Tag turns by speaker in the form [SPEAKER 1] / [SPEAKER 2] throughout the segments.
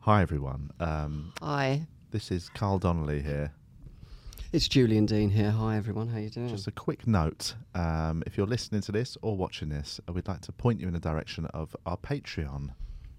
[SPEAKER 1] Hi, everyone. Um,
[SPEAKER 2] Hi,
[SPEAKER 1] this is Carl Donnelly here.
[SPEAKER 2] it's Julian Dean here. Hi everyone, how you doing?
[SPEAKER 1] Just a quick note um, if you're listening to this or watching this, uh, we'd like to point you in the direction of our Patreon.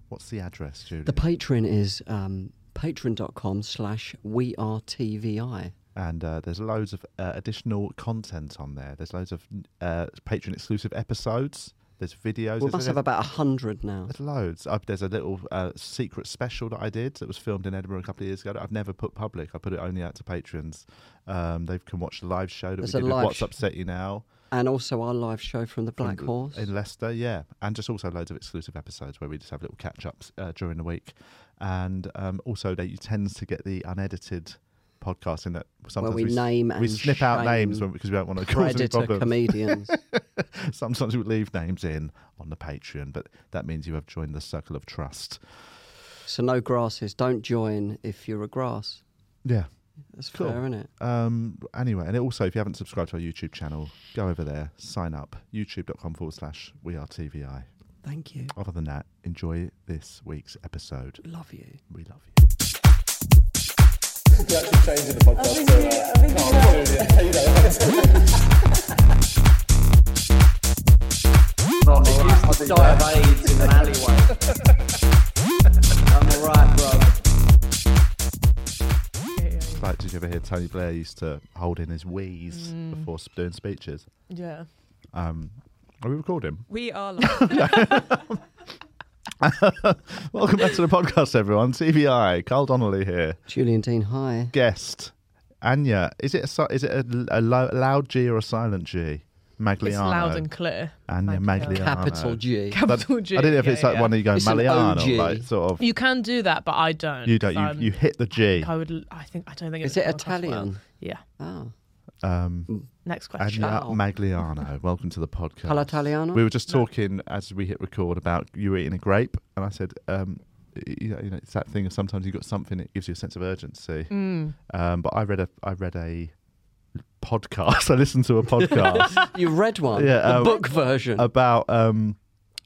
[SPEAKER 1] What's the address, Julie?
[SPEAKER 2] the patron is um, patron.com slash we are TVI.
[SPEAKER 1] and uh, there's loads of uh, additional content on there. There's loads of uh, Patreon exclusive episodes. There's videos.
[SPEAKER 2] We
[SPEAKER 1] there's,
[SPEAKER 2] must have about a hundred now.
[SPEAKER 1] there's loads. Uh, there's a little uh, secret special that I did that was filmed in Edinburgh a couple of years ago that I've never put public. I put it only out to patrons. Um, they can watch the live show that
[SPEAKER 2] There's
[SPEAKER 1] we
[SPEAKER 2] a
[SPEAKER 1] did with
[SPEAKER 2] live
[SPEAKER 1] What's
[SPEAKER 2] sh-
[SPEAKER 1] Upset You Now.
[SPEAKER 2] And also our live show from the Black
[SPEAKER 1] from-
[SPEAKER 2] Horse.
[SPEAKER 1] in Leicester, yeah, and just also loads of exclusive episodes where we just have little catch ups uh, during the week, and um, also that you tends to get the unedited podcast in that sometimes
[SPEAKER 2] Where we
[SPEAKER 1] s-
[SPEAKER 2] name
[SPEAKER 1] we
[SPEAKER 2] and
[SPEAKER 1] snip out
[SPEAKER 2] shame
[SPEAKER 1] names when, because we don't want to cause any
[SPEAKER 2] Predator
[SPEAKER 1] problems.
[SPEAKER 2] comedians.
[SPEAKER 1] Sometimes we leave names in on the Patreon, but that means you have joined the circle of trust.
[SPEAKER 2] so no grasses. Don't join if you're a grass.
[SPEAKER 1] Yeah.
[SPEAKER 2] That's
[SPEAKER 1] Cool.
[SPEAKER 2] fair, isn't it?
[SPEAKER 1] Um, anyway, and also if you haven't subscribed to our YouTube channel, go over there, sign up, youtube.com forward slash we are TVI.
[SPEAKER 2] Thank you.
[SPEAKER 1] Other than that, enjoy this week's episode.
[SPEAKER 2] Love you.
[SPEAKER 1] We love you.
[SPEAKER 3] used to die of AIDS in an alleyway. I'm alright, bro.
[SPEAKER 1] It's like, did you ever hear Tony Blair used to hold in his wheeze
[SPEAKER 4] Mm.
[SPEAKER 1] before s- doing speeches?
[SPEAKER 4] Yeah.
[SPEAKER 1] Um, are we recording?
[SPEAKER 4] We are live.
[SPEAKER 1] Welcome back to the podcast, everyone. TVI, Carl Donnelly here.
[SPEAKER 2] Julian Dean, hi.
[SPEAKER 1] Guest, Anya. Is it a, si- is it a, a lo- loud G or a silent G? Magliano.
[SPEAKER 4] it's loud and clear.
[SPEAKER 1] Anya
[SPEAKER 4] Magliano.
[SPEAKER 1] Magliano.
[SPEAKER 2] Capital G.
[SPEAKER 1] But
[SPEAKER 4] Capital G.
[SPEAKER 1] I don't know if
[SPEAKER 4] yeah,
[SPEAKER 1] it's like
[SPEAKER 4] yeah.
[SPEAKER 1] one of you go
[SPEAKER 2] It's an
[SPEAKER 1] Magliano,
[SPEAKER 2] OG.
[SPEAKER 1] like sort of.
[SPEAKER 4] You can do that, but I don't.
[SPEAKER 1] You don't.
[SPEAKER 4] 'cause I'm-
[SPEAKER 1] You, you hit the G.
[SPEAKER 4] I would. I think. I don't think.
[SPEAKER 2] Is
[SPEAKER 4] would
[SPEAKER 2] it
[SPEAKER 4] come across well.
[SPEAKER 2] Italian?
[SPEAKER 4] oh, Yeah.
[SPEAKER 2] Oh.
[SPEAKER 1] Um,
[SPEAKER 4] Next question.
[SPEAKER 1] Anya
[SPEAKER 2] Ciao.
[SPEAKER 1] Magliano. Welcome to the podcast.
[SPEAKER 2] Hello, Italiano?
[SPEAKER 1] We were just talking as we hit record about you eating a grape, and I said, um, y- you know, you know, it's that thing of sometimes you've got something that gives you a sense of urgency.
[SPEAKER 4] Mm.
[SPEAKER 1] Um, but I read a, I read a podcast. I listened to a podcast
[SPEAKER 2] you read one?
[SPEAKER 1] Yeah,
[SPEAKER 2] the
[SPEAKER 1] um,
[SPEAKER 2] book version.
[SPEAKER 1] about um,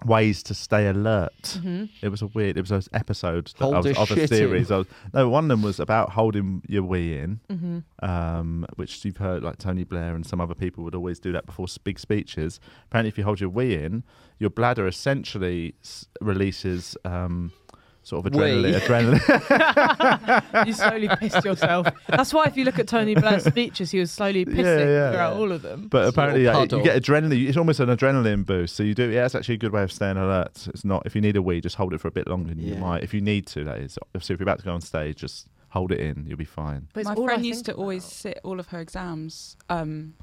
[SPEAKER 1] ways to stay alert.
[SPEAKER 4] mm-hmm,
[SPEAKER 1] It was a weird. It was an episode that
[SPEAKER 2] Hold
[SPEAKER 1] I was,
[SPEAKER 2] a
[SPEAKER 1] of a
[SPEAKER 2] shit
[SPEAKER 1] series. I was, no, one of them was about holding your wee in,
[SPEAKER 4] mm-hmm.
[SPEAKER 1] um, which you've heard like Tony Blair and some other people would always do that before s- big speeches. Apparently, if you hold your wee in, your bladder essentially s- releases. Um, Sort of
[SPEAKER 2] Wee.
[SPEAKER 1] adrenaline, adrenaline.
[SPEAKER 4] You slowly pissed yourself. That's why if you look at Tony Blair's speeches, he was slowly pissing
[SPEAKER 1] yeah.
[SPEAKER 4] throughout all of them.
[SPEAKER 1] but
[SPEAKER 2] little
[SPEAKER 1] apparently, like, you
[SPEAKER 2] puddle.
[SPEAKER 1] get adrenaline. It's almost an adrenaline boost. So you do. Yeah, it's actually a good way of staying alert. It's not if you need a wee, just hold it for a bit longer than you
[SPEAKER 2] Yeah.
[SPEAKER 1] might. If you need to, that is. So if you're about to go on stage, just hold it in. You'll be fine.
[SPEAKER 4] But it's
[SPEAKER 5] My
[SPEAKER 4] all I
[SPEAKER 5] friend used to
[SPEAKER 4] think
[SPEAKER 5] always
[SPEAKER 4] about.
[SPEAKER 5] sit all of her exams um,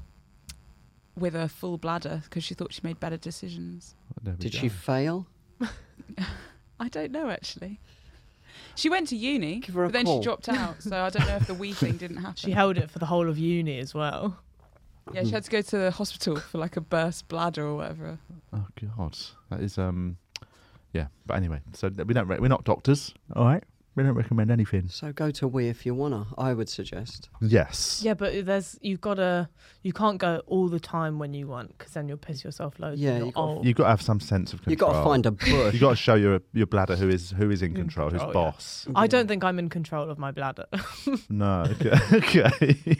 [SPEAKER 5] with a full bladder because she thought she made better decisions.
[SPEAKER 1] There we
[SPEAKER 2] Did
[SPEAKER 1] go.
[SPEAKER 2] she fail?
[SPEAKER 5] I don't know actually. She went to uni,
[SPEAKER 2] Give her a
[SPEAKER 5] but then
[SPEAKER 2] call.
[SPEAKER 5] she dropped out, so I don't know if the wee thing didn't happen.
[SPEAKER 4] She held it for the whole of uni as well.
[SPEAKER 5] yeah, she had to go to the hospital for like a burst bladder or whatever.
[SPEAKER 1] Oh God, that is um, yeah. But anyway, so th- we don't. Re- we're not doctors. All right, we don't recommend anything.
[SPEAKER 2] So go to we if you wanna. I would suggest.
[SPEAKER 1] Yes.
[SPEAKER 4] Yeah, but there's you've got to you can't go all the time when you want because then you'll piss yourself loads.
[SPEAKER 2] Yeah,
[SPEAKER 4] You're
[SPEAKER 2] you gotta-
[SPEAKER 4] old.
[SPEAKER 1] You've got to have some sense of
[SPEAKER 2] You
[SPEAKER 1] control.
[SPEAKER 2] got to find Mm. a bush.
[SPEAKER 1] You got to show your your bladder who is who is in
[SPEAKER 4] In
[SPEAKER 1] control,
[SPEAKER 2] Oh,
[SPEAKER 1] who's
[SPEAKER 4] control, yeah.
[SPEAKER 1] boss.
[SPEAKER 4] I don't think I'm in control of my bladder.
[SPEAKER 1] No. Okay. okay.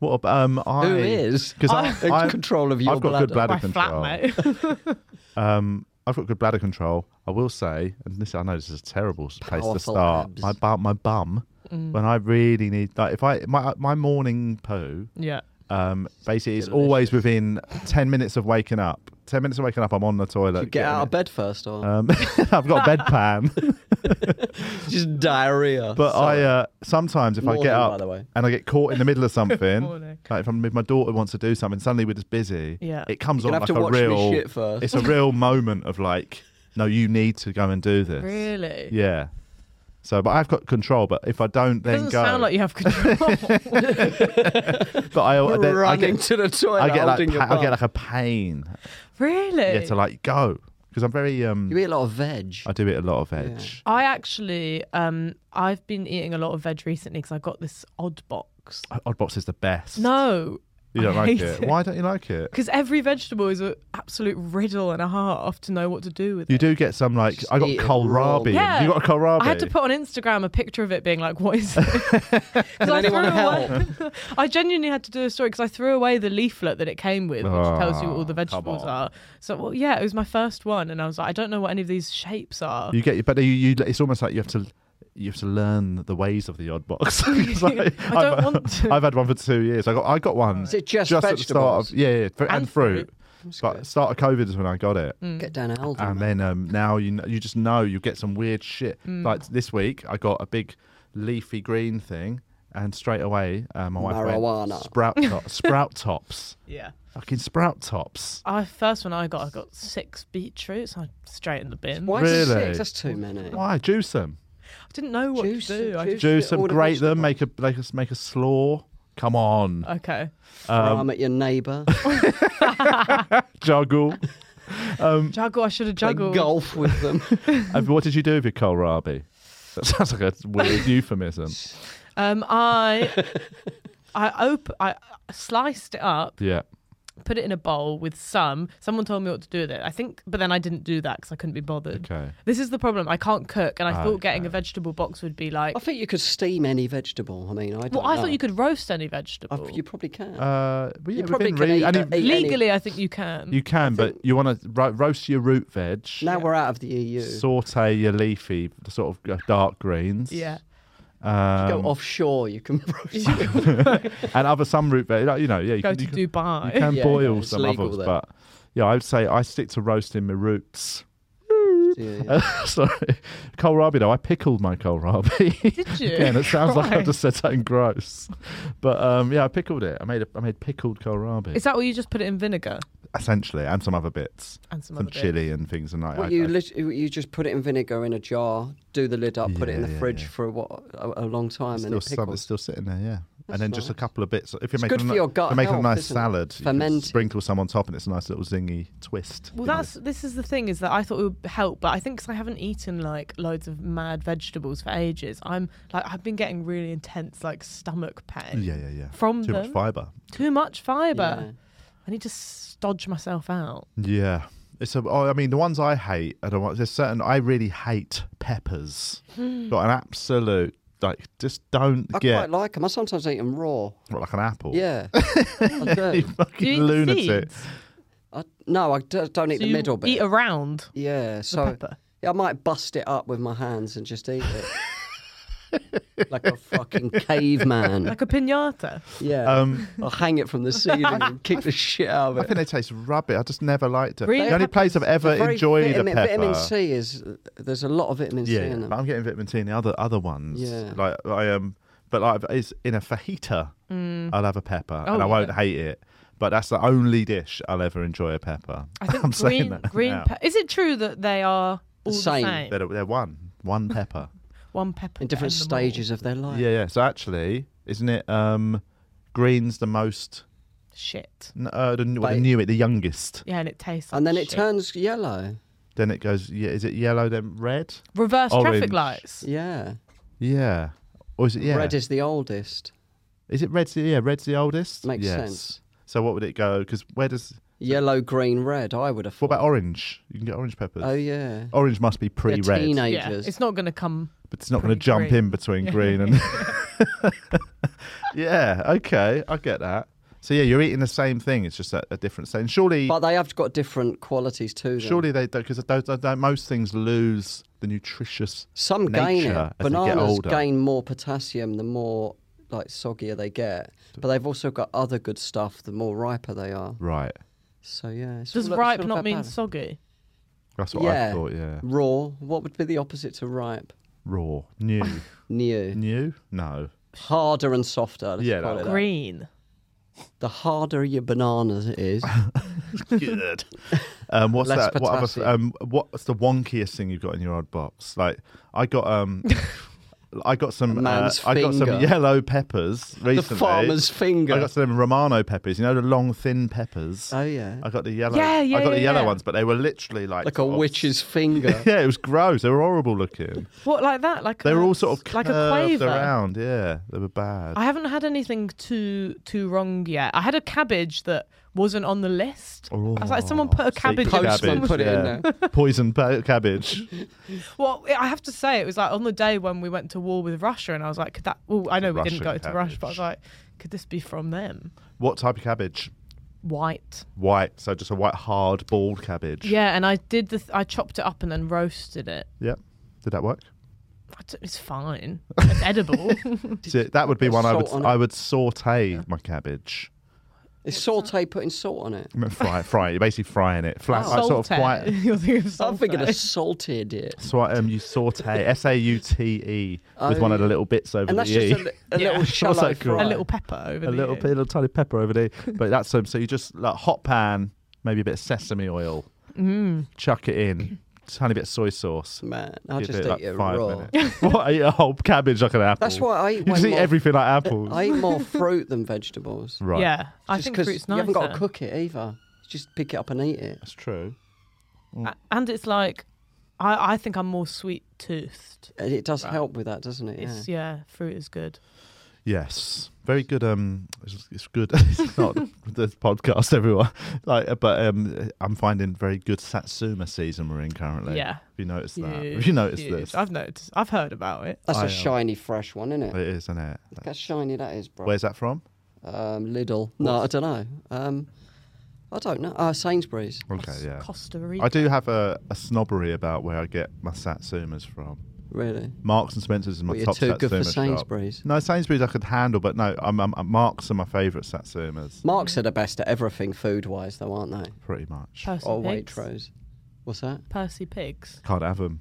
[SPEAKER 1] what about um? I,
[SPEAKER 2] Who is?
[SPEAKER 1] Because I,
[SPEAKER 2] in
[SPEAKER 1] I,
[SPEAKER 2] control of your
[SPEAKER 1] I've got good bladder
[SPEAKER 4] my
[SPEAKER 1] control.
[SPEAKER 4] flatmate.
[SPEAKER 1] Um, I've got good bladder control. I will say, and this I know this is a terrible s- place to
[SPEAKER 2] Powerful
[SPEAKER 1] start.
[SPEAKER 2] abs. Mm.
[SPEAKER 1] My bum, my bum. When I really need, like, if I my my morning poo,
[SPEAKER 4] yeah.
[SPEAKER 1] Um, basically, it's always within 10 minutes of waking up. 10 minutes of waking up, I'm on the toilet.
[SPEAKER 2] You get out of
[SPEAKER 1] getting
[SPEAKER 2] bed first, or
[SPEAKER 1] Uh, it. Um, I've got a bedpan.
[SPEAKER 2] just diarrhea.
[SPEAKER 1] But I
[SPEAKER 2] Sorry.
[SPEAKER 1] uh, sometimes, if I
[SPEAKER 2] Morning,
[SPEAKER 1] get
[SPEAKER 2] by
[SPEAKER 1] up
[SPEAKER 2] the way.
[SPEAKER 1] and I get caught in the middle of something,
[SPEAKER 4] Morning.
[SPEAKER 1] like if, I'm, if my daughter wants to do something, suddenly we're just busy.
[SPEAKER 4] Yeah.
[SPEAKER 1] It comes
[SPEAKER 2] You're
[SPEAKER 1] on
[SPEAKER 2] gonna
[SPEAKER 1] like
[SPEAKER 2] have
[SPEAKER 1] a
[SPEAKER 2] to
[SPEAKER 1] real.
[SPEAKER 2] watch me shit first.
[SPEAKER 1] It's a real moment of like, no, you need to go and do this.
[SPEAKER 4] Really?
[SPEAKER 1] Yeah. So, but I've got control. But if I don't,
[SPEAKER 4] It
[SPEAKER 1] then
[SPEAKER 4] doesn't
[SPEAKER 1] go.
[SPEAKER 4] sound like you have control.
[SPEAKER 1] but I,
[SPEAKER 2] You're
[SPEAKER 1] then I
[SPEAKER 2] running
[SPEAKER 1] get,
[SPEAKER 2] to the toilet,
[SPEAKER 1] I get like,
[SPEAKER 2] holding your
[SPEAKER 1] pa- I
[SPEAKER 2] bum.
[SPEAKER 1] get like a pain.
[SPEAKER 4] really?
[SPEAKER 1] Yeah, to like go because I'm very um.
[SPEAKER 2] you eat a lot of veg.
[SPEAKER 1] I do eat a lot of veg.
[SPEAKER 4] I actually, um, I've been eating a lot of veg recently because I got this odd box.
[SPEAKER 1] Oddbox is the best.
[SPEAKER 4] No,
[SPEAKER 1] You don't
[SPEAKER 4] I
[SPEAKER 1] like
[SPEAKER 4] hate
[SPEAKER 1] it.
[SPEAKER 4] it.
[SPEAKER 1] Why don't you like it?
[SPEAKER 4] Because every vegetable is an absolute riddle and a half to know what to do with
[SPEAKER 1] You
[SPEAKER 4] it.
[SPEAKER 1] do get some like
[SPEAKER 2] Just
[SPEAKER 1] I got
[SPEAKER 2] eat it
[SPEAKER 1] kohlrabi.
[SPEAKER 4] raw.
[SPEAKER 1] You got a kohlrabi.
[SPEAKER 4] I had to put on Instagram a picture of it being like, what is it? 'Cause I
[SPEAKER 2] anyone
[SPEAKER 4] threw Away, I genuinely had to do a story because I threw away the leaflet that it came with, which tells you what all the
[SPEAKER 1] Ah, come
[SPEAKER 4] vegetables
[SPEAKER 1] on.
[SPEAKER 4] are. So, well, yeah, it was my first one. And I was like, I don't know what any of these shapes are.
[SPEAKER 1] You get, but you, you it's almost like you have to. You have to learn the ways of the odd box. It's like,
[SPEAKER 4] I don't
[SPEAKER 1] I've,
[SPEAKER 4] want to.
[SPEAKER 1] I've had one for two years. I got I got one
[SPEAKER 2] Is it just,
[SPEAKER 1] just at the start
[SPEAKER 2] vegetables?
[SPEAKER 1] of yeah, yeah fr- and,
[SPEAKER 4] And
[SPEAKER 1] fruit.
[SPEAKER 4] fruit.
[SPEAKER 2] That's
[SPEAKER 1] But
[SPEAKER 2] good.
[SPEAKER 1] start of COVID is when I got it,
[SPEAKER 4] Mm.
[SPEAKER 2] Get Dan Alden.
[SPEAKER 1] and then um, now you kn- you just know you get some weird shit.
[SPEAKER 2] Mm.
[SPEAKER 1] Like this week, I got a big leafy green thing, and straight away uh, my wife went
[SPEAKER 2] Marijuana.
[SPEAKER 1] sprout to- sprout tops,
[SPEAKER 4] yeah.
[SPEAKER 1] fucking sprout tops.
[SPEAKER 4] I first one I got, I got six beetroots. I straight in the bin.
[SPEAKER 2] Why is it
[SPEAKER 1] Really?
[SPEAKER 2] six? That's too many.
[SPEAKER 1] Why juice them?
[SPEAKER 4] I didn't know what
[SPEAKER 2] Juice-
[SPEAKER 4] to do. I
[SPEAKER 2] juice-
[SPEAKER 4] just,
[SPEAKER 1] Juice them,
[SPEAKER 2] all the
[SPEAKER 1] grate them,
[SPEAKER 2] vegetables.
[SPEAKER 1] make a like a, make a slaw. Come on, Um,
[SPEAKER 4] okay.
[SPEAKER 2] Farm at your neighbour.
[SPEAKER 1] juggle. Um,
[SPEAKER 4] Juggle. I should have
[SPEAKER 2] Play
[SPEAKER 4] juggled.
[SPEAKER 2] golf with them.
[SPEAKER 1] Uh, what did you do with your kohlrabi? That sounds like a weird euphemism.
[SPEAKER 4] Um, I, I op- I sliced it up,
[SPEAKER 1] Yeah.
[SPEAKER 4] put it in a bowl with some. Someone told me what to do with it. I think, but then I didn't do that because I couldn't be bothered.
[SPEAKER 1] Okay.
[SPEAKER 4] This is the problem. I can't cook, and I thought getting a
[SPEAKER 1] Okay.
[SPEAKER 4] vegetable box would be like.
[SPEAKER 2] I think you could steam any vegetable. I mean, I don't
[SPEAKER 4] well, I thought
[SPEAKER 2] know.
[SPEAKER 4] you could roast any vegetable.
[SPEAKER 2] I, you probably can.
[SPEAKER 1] Uh, but yeah,
[SPEAKER 2] You probably
[SPEAKER 1] within
[SPEAKER 2] could
[SPEAKER 1] rea-
[SPEAKER 2] eat
[SPEAKER 1] and
[SPEAKER 2] a-
[SPEAKER 1] if-
[SPEAKER 2] eat any-
[SPEAKER 4] Legally, I think you can.
[SPEAKER 1] You can, but you want to ro- roast your root veg.
[SPEAKER 2] now we're out of the E EU.
[SPEAKER 1] Saute your leafy, the sort of uh, dark greens.
[SPEAKER 4] yeah.
[SPEAKER 1] Um,
[SPEAKER 2] Go offshore, you can.
[SPEAKER 1] and other some root veg, like, you know, yeah. You
[SPEAKER 4] Go
[SPEAKER 1] can,
[SPEAKER 4] to
[SPEAKER 1] you can,
[SPEAKER 4] Dubai.
[SPEAKER 1] you can
[SPEAKER 2] Yeah,
[SPEAKER 1] boil
[SPEAKER 2] yeah, it's
[SPEAKER 1] some
[SPEAKER 2] legal
[SPEAKER 1] others,
[SPEAKER 2] there.
[SPEAKER 1] but yeah, I would say I stick to roasting my roots.
[SPEAKER 2] Yeah.
[SPEAKER 1] Sorry, kohlrabi though, I pickled my kohlrabi.
[SPEAKER 4] Did you?
[SPEAKER 1] Again, it sounds like I
[SPEAKER 4] Christ.
[SPEAKER 1] just said something gross, but um, yeah, I pickled it. I made a, I made pickled kohlrabi
[SPEAKER 4] Is that where you just put it in vinegar
[SPEAKER 1] essentially, and some other bits,
[SPEAKER 4] and some,
[SPEAKER 1] some
[SPEAKER 4] other bit?
[SPEAKER 1] chili and things, and like
[SPEAKER 2] What
[SPEAKER 1] I-
[SPEAKER 2] you
[SPEAKER 1] I-
[SPEAKER 2] lit- you just put it in vinegar in a jar, do the lid up, put it in
[SPEAKER 1] Yeah,
[SPEAKER 2] the
[SPEAKER 1] yeah,
[SPEAKER 2] fridge
[SPEAKER 1] yeah.
[SPEAKER 2] for what a, a long time,
[SPEAKER 1] It's
[SPEAKER 2] and
[SPEAKER 1] still,
[SPEAKER 2] it
[SPEAKER 1] some, it's
[SPEAKER 2] pickles.
[SPEAKER 1] still sitting there, yeah.
[SPEAKER 2] That's
[SPEAKER 1] and then just a
[SPEAKER 2] nice.
[SPEAKER 1] couple of bits. If you're
[SPEAKER 2] It's
[SPEAKER 1] making
[SPEAKER 2] good
[SPEAKER 1] a,
[SPEAKER 2] for
[SPEAKER 1] ni-
[SPEAKER 2] your
[SPEAKER 1] if
[SPEAKER 2] gut
[SPEAKER 1] you're making a
[SPEAKER 2] health,
[SPEAKER 1] nice
[SPEAKER 2] isn't it?
[SPEAKER 1] salad, you can
[SPEAKER 2] Ferment.
[SPEAKER 1] sprinkle some on top, and it's a nice little zingy twist.
[SPEAKER 4] Well, that's this is the thing is that I thought it would help, but I think 'cause I haven't eaten like loads of mad vegetables for ages, I'm like I've been getting really intense like stomach pain
[SPEAKER 1] yeah, yeah, yeah.
[SPEAKER 4] from
[SPEAKER 1] Too
[SPEAKER 4] them.
[SPEAKER 1] much fiber.
[SPEAKER 4] Too much fiber.
[SPEAKER 2] Yeah.
[SPEAKER 4] I need to stodge myself out.
[SPEAKER 1] Yeah, it's a. Oh, I mean, the ones I hate are the ones. There's certain I really hate peppers.
[SPEAKER 4] Hmm.
[SPEAKER 1] Got an absolute like, just don't
[SPEAKER 2] I
[SPEAKER 1] get Oh.
[SPEAKER 2] quite like them. I sometimes eat them raw.
[SPEAKER 1] what, like an apple.
[SPEAKER 2] Yeah, I
[SPEAKER 1] you
[SPEAKER 2] do.
[SPEAKER 1] fucking
[SPEAKER 4] Do you eat the
[SPEAKER 1] lunatic.
[SPEAKER 4] seeds?
[SPEAKER 2] I, no, I do, don't eat
[SPEAKER 4] So
[SPEAKER 2] the
[SPEAKER 4] you
[SPEAKER 2] middle bit.
[SPEAKER 4] Eat around
[SPEAKER 2] yeah,
[SPEAKER 4] the
[SPEAKER 2] so
[SPEAKER 4] pepper.
[SPEAKER 2] I might bust it up with my hands and just eat it. like a fucking caveman.
[SPEAKER 4] Like a pinata.
[SPEAKER 2] Yeah.
[SPEAKER 1] Um,
[SPEAKER 2] I'll hang it from the ceiling and kick the shit out of
[SPEAKER 1] I
[SPEAKER 2] it.
[SPEAKER 1] think they taste rubbish. I just never liked it.
[SPEAKER 4] Really?
[SPEAKER 1] The only place I've ever
[SPEAKER 2] Very
[SPEAKER 1] enjoyed
[SPEAKER 2] vitamin,
[SPEAKER 1] a pepper.
[SPEAKER 2] vitamin C is there's a lot of vitamin C
[SPEAKER 1] Yeah,
[SPEAKER 2] in
[SPEAKER 1] yeah.
[SPEAKER 2] them.
[SPEAKER 1] But I'm getting vitamin T in the other other ones.
[SPEAKER 2] Yeah.
[SPEAKER 1] Like I um, but like it's in a fajita. I'll have a pepper, and I
[SPEAKER 4] Mm. Oh, yeah.
[SPEAKER 1] won't hate it. But that's the only dish I'll ever enjoy a pepper.
[SPEAKER 4] I think
[SPEAKER 1] I'm saying
[SPEAKER 4] green
[SPEAKER 1] that
[SPEAKER 4] green
[SPEAKER 1] now.
[SPEAKER 4] pe- Is it true that they are all the same?
[SPEAKER 2] Same.
[SPEAKER 1] They're, they're one one pepper.
[SPEAKER 4] One pepper
[SPEAKER 2] in different
[SPEAKER 4] and them all.
[SPEAKER 2] stages of their life.
[SPEAKER 1] yeah, yeah. So actually, isn't it um, green's the most
[SPEAKER 4] Shit.
[SPEAKER 1] n- uh, the, n- well, the
[SPEAKER 2] But-
[SPEAKER 1] new it the youngest.
[SPEAKER 4] Yeah, and it tastes.
[SPEAKER 2] And
[SPEAKER 4] like
[SPEAKER 2] then it
[SPEAKER 4] shit.
[SPEAKER 2] turns yellow.
[SPEAKER 1] Then it goes. Yeah, is it yellow then red?
[SPEAKER 4] reverse
[SPEAKER 1] orange.
[SPEAKER 4] traffic lights.
[SPEAKER 2] Yeah.
[SPEAKER 1] Yeah. Or is it yeah?
[SPEAKER 2] Red is the oldest.
[SPEAKER 1] Is it red's the yeah? Red's the oldest.
[SPEAKER 2] Makes
[SPEAKER 1] Yes.
[SPEAKER 2] sense.
[SPEAKER 1] So what would it go? Because where does
[SPEAKER 2] Yellow, green, red. I would have
[SPEAKER 1] What
[SPEAKER 2] thought.
[SPEAKER 1] about orange? You can get orange peppers.
[SPEAKER 2] Oh yeah.
[SPEAKER 1] Orange must be
[SPEAKER 2] They're
[SPEAKER 1] pre red,
[SPEAKER 4] Yeah,
[SPEAKER 2] teenagers.
[SPEAKER 4] it's not going to come.
[SPEAKER 1] but it's not going to
[SPEAKER 4] Pretty
[SPEAKER 1] jump
[SPEAKER 4] green.
[SPEAKER 1] in between green and. yeah, okay, I get that. So, yeah, you're eating the same thing, it's just at a different stage. Surely,
[SPEAKER 2] But they have got different qualities to them.
[SPEAKER 1] surely they don't, because most things lose the nutritious.
[SPEAKER 2] Some gain
[SPEAKER 1] nature
[SPEAKER 2] it.
[SPEAKER 1] as they get
[SPEAKER 2] Bananas
[SPEAKER 1] older.
[SPEAKER 2] gain more potassium the more like soggier they get. But they've also got other good stuff the more riper they are.
[SPEAKER 1] Right.
[SPEAKER 2] So yeah. it's
[SPEAKER 4] Does
[SPEAKER 2] all- it's
[SPEAKER 4] ripe
[SPEAKER 2] all
[SPEAKER 4] not
[SPEAKER 2] about
[SPEAKER 4] mean
[SPEAKER 2] balance.
[SPEAKER 4] soggy?
[SPEAKER 1] That's what I
[SPEAKER 2] Yeah.
[SPEAKER 1] thought, yeah.
[SPEAKER 2] raw? What would be the opposite to ripe?
[SPEAKER 1] Raw. New.
[SPEAKER 2] New.
[SPEAKER 1] New? No.
[SPEAKER 2] Harder and softer. Let's
[SPEAKER 1] Yeah,
[SPEAKER 2] call
[SPEAKER 1] that-
[SPEAKER 2] it that.
[SPEAKER 4] Green.
[SPEAKER 2] The harder your banana is,
[SPEAKER 1] Good. Um, what's
[SPEAKER 2] Less
[SPEAKER 1] that? What, other,
[SPEAKER 2] potassium.
[SPEAKER 1] um, what's the wonkiest thing you've got in your odd box? Like, I got um, I got some. Uh,
[SPEAKER 2] man's
[SPEAKER 1] I got some
[SPEAKER 2] finger.
[SPEAKER 1] yellow peppers recently.
[SPEAKER 2] The farmer's finger.
[SPEAKER 1] I got some Romano peppers. You know the long, thin peppers.
[SPEAKER 2] oh yeah,
[SPEAKER 1] I got the yellow.
[SPEAKER 4] Yeah, yeah,
[SPEAKER 1] I got the
[SPEAKER 4] yeah,
[SPEAKER 1] yellow
[SPEAKER 4] yeah.
[SPEAKER 1] ones, but they were literally like
[SPEAKER 2] like a
[SPEAKER 1] sort of-
[SPEAKER 2] witch's finger.
[SPEAKER 1] Yeah, it was gross. They were horrible looking.
[SPEAKER 4] What like that? Like
[SPEAKER 1] They were all
[SPEAKER 4] curves?
[SPEAKER 1] sort of
[SPEAKER 4] like a
[SPEAKER 1] curved
[SPEAKER 4] quaver.
[SPEAKER 1] around. Yeah, they were bad.
[SPEAKER 4] I haven't had anything too too wrong yet. I had a cabbage that wasn't on the list. I was like, someone put a
[SPEAKER 1] Sweet
[SPEAKER 4] cabbage in
[SPEAKER 2] Postman
[SPEAKER 4] cabbage,
[SPEAKER 2] put it in
[SPEAKER 1] Oh, yeah.
[SPEAKER 2] there.
[SPEAKER 1] Poison pa- cabbage.
[SPEAKER 4] Well, I have to say, it was like on the day when we went to war with Russia, and I was like, could that? Well, I know we didn't go
[SPEAKER 1] Russian
[SPEAKER 4] to Russia, but I was
[SPEAKER 1] cabbage.
[SPEAKER 4] like, could this be from them?
[SPEAKER 1] What type of cabbage?
[SPEAKER 4] White.
[SPEAKER 1] White. So just a white, hard, bald cabbage.
[SPEAKER 4] Yeah, and I did the. Th- I chopped it up and then roasted it.
[SPEAKER 1] Yep. Did that work?
[SPEAKER 4] I t- It's fine. It's edible.
[SPEAKER 1] So that would be
[SPEAKER 2] put
[SPEAKER 1] one I would
[SPEAKER 2] salt on it?
[SPEAKER 1] I would saute my cabbage.
[SPEAKER 2] Is saute putting salt on it?
[SPEAKER 1] I mean, Fry, fry. You're basically frying it. Flat, like, sort of
[SPEAKER 4] Oh. Saute.
[SPEAKER 1] quite.
[SPEAKER 4] You're thinking of
[SPEAKER 2] I'm thinking
[SPEAKER 4] saute.
[SPEAKER 2] of salted it.
[SPEAKER 1] So um, you saute S A U T E with
[SPEAKER 2] Oh,
[SPEAKER 1] one of the
[SPEAKER 2] yeah.
[SPEAKER 1] little bits over
[SPEAKER 2] And
[SPEAKER 1] the
[SPEAKER 2] that's
[SPEAKER 1] e.
[SPEAKER 2] just a, li- a
[SPEAKER 4] Yeah.
[SPEAKER 2] little
[SPEAKER 4] What's
[SPEAKER 2] shallow
[SPEAKER 1] that called?
[SPEAKER 2] fry.
[SPEAKER 4] a little pepper
[SPEAKER 1] a
[SPEAKER 4] over the E.
[SPEAKER 1] little
[SPEAKER 4] ear.
[SPEAKER 1] bit, a little tiny pepper over there. But that's um, so you just like hot pan, maybe a bit of sesame oil,
[SPEAKER 4] Mm.
[SPEAKER 1] chuck it in, tiny bit of soy sauce.
[SPEAKER 2] Man, I
[SPEAKER 1] give
[SPEAKER 2] just
[SPEAKER 1] it,
[SPEAKER 2] eat
[SPEAKER 1] like,
[SPEAKER 2] it
[SPEAKER 1] five
[SPEAKER 2] raw.
[SPEAKER 1] minutes. what? I eat a whole cabbage like an apple.
[SPEAKER 2] That's why I eat.
[SPEAKER 1] you
[SPEAKER 2] way
[SPEAKER 1] just eat
[SPEAKER 2] more,
[SPEAKER 1] everything like apples.
[SPEAKER 2] I eat more fruit than vegetables.
[SPEAKER 1] right.
[SPEAKER 4] Yeah, I
[SPEAKER 2] Just
[SPEAKER 4] think
[SPEAKER 2] 'cause
[SPEAKER 4] fruit's
[SPEAKER 2] You
[SPEAKER 4] nicer.
[SPEAKER 2] haven't got to cook it either. You Just pick it up and eat it.
[SPEAKER 1] That's true. Mm.
[SPEAKER 4] A- And it's like, I, I think I'm more sweet toothed.
[SPEAKER 2] And It does
[SPEAKER 4] Right.
[SPEAKER 2] help with that, doesn't it? Yeah.
[SPEAKER 4] It's yeah, fruit is good.
[SPEAKER 1] Yes. Very good. Um, it's, it's good. it's not the podcast, everyone. Like, but um, I'm finding very good Satsuma season we're in currently.
[SPEAKER 4] yeah,
[SPEAKER 1] Have you noticed that? Have
[SPEAKER 4] Huge,
[SPEAKER 1] you noticed
[SPEAKER 4] huge.
[SPEAKER 1] this?
[SPEAKER 4] I've noticed. I've heard about it.
[SPEAKER 2] That's
[SPEAKER 1] I,
[SPEAKER 2] a
[SPEAKER 1] um,
[SPEAKER 2] shiny, fresh one, isn't it?
[SPEAKER 1] It is, isn't it?
[SPEAKER 2] Look how shiny that is, bro.
[SPEAKER 1] Where's that from?
[SPEAKER 2] Um, Lidl. No, I don't know. Um, I don't know. Uh, Sainsbury's.
[SPEAKER 1] Okay,
[SPEAKER 4] Cos-
[SPEAKER 1] yeah.
[SPEAKER 4] Costa Rica.
[SPEAKER 1] I do have a, a snobbery about where I get my Satsumas from.
[SPEAKER 2] Really?
[SPEAKER 1] Marks and Spencer's is my
[SPEAKER 2] But you're
[SPEAKER 1] top
[SPEAKER 2] too
[SPEAKER 1] Satsuma
[SPEAKER 2] good for
[SPEAKER 1] shop.
[SPEAKER 2] Sainsbury's.
[SPEAKER 1] No, Sainsbury's I could handle, but no, I'm, I'm, Marks are my favourite Satsumas,
[SPEAKER 2] Marks are the best at everything food-wise, though, aren't they?
[SPEAKER 1] pretty much.
[SPEAKER 4] Percy
[SPEAKER 2] Or
[SPEAKER 4] pigs.
[SPEAKER 2] Waitrose. What's that?
[SPEAKER 4] Percy pigs.
[SPEAKER 1] Can't have them.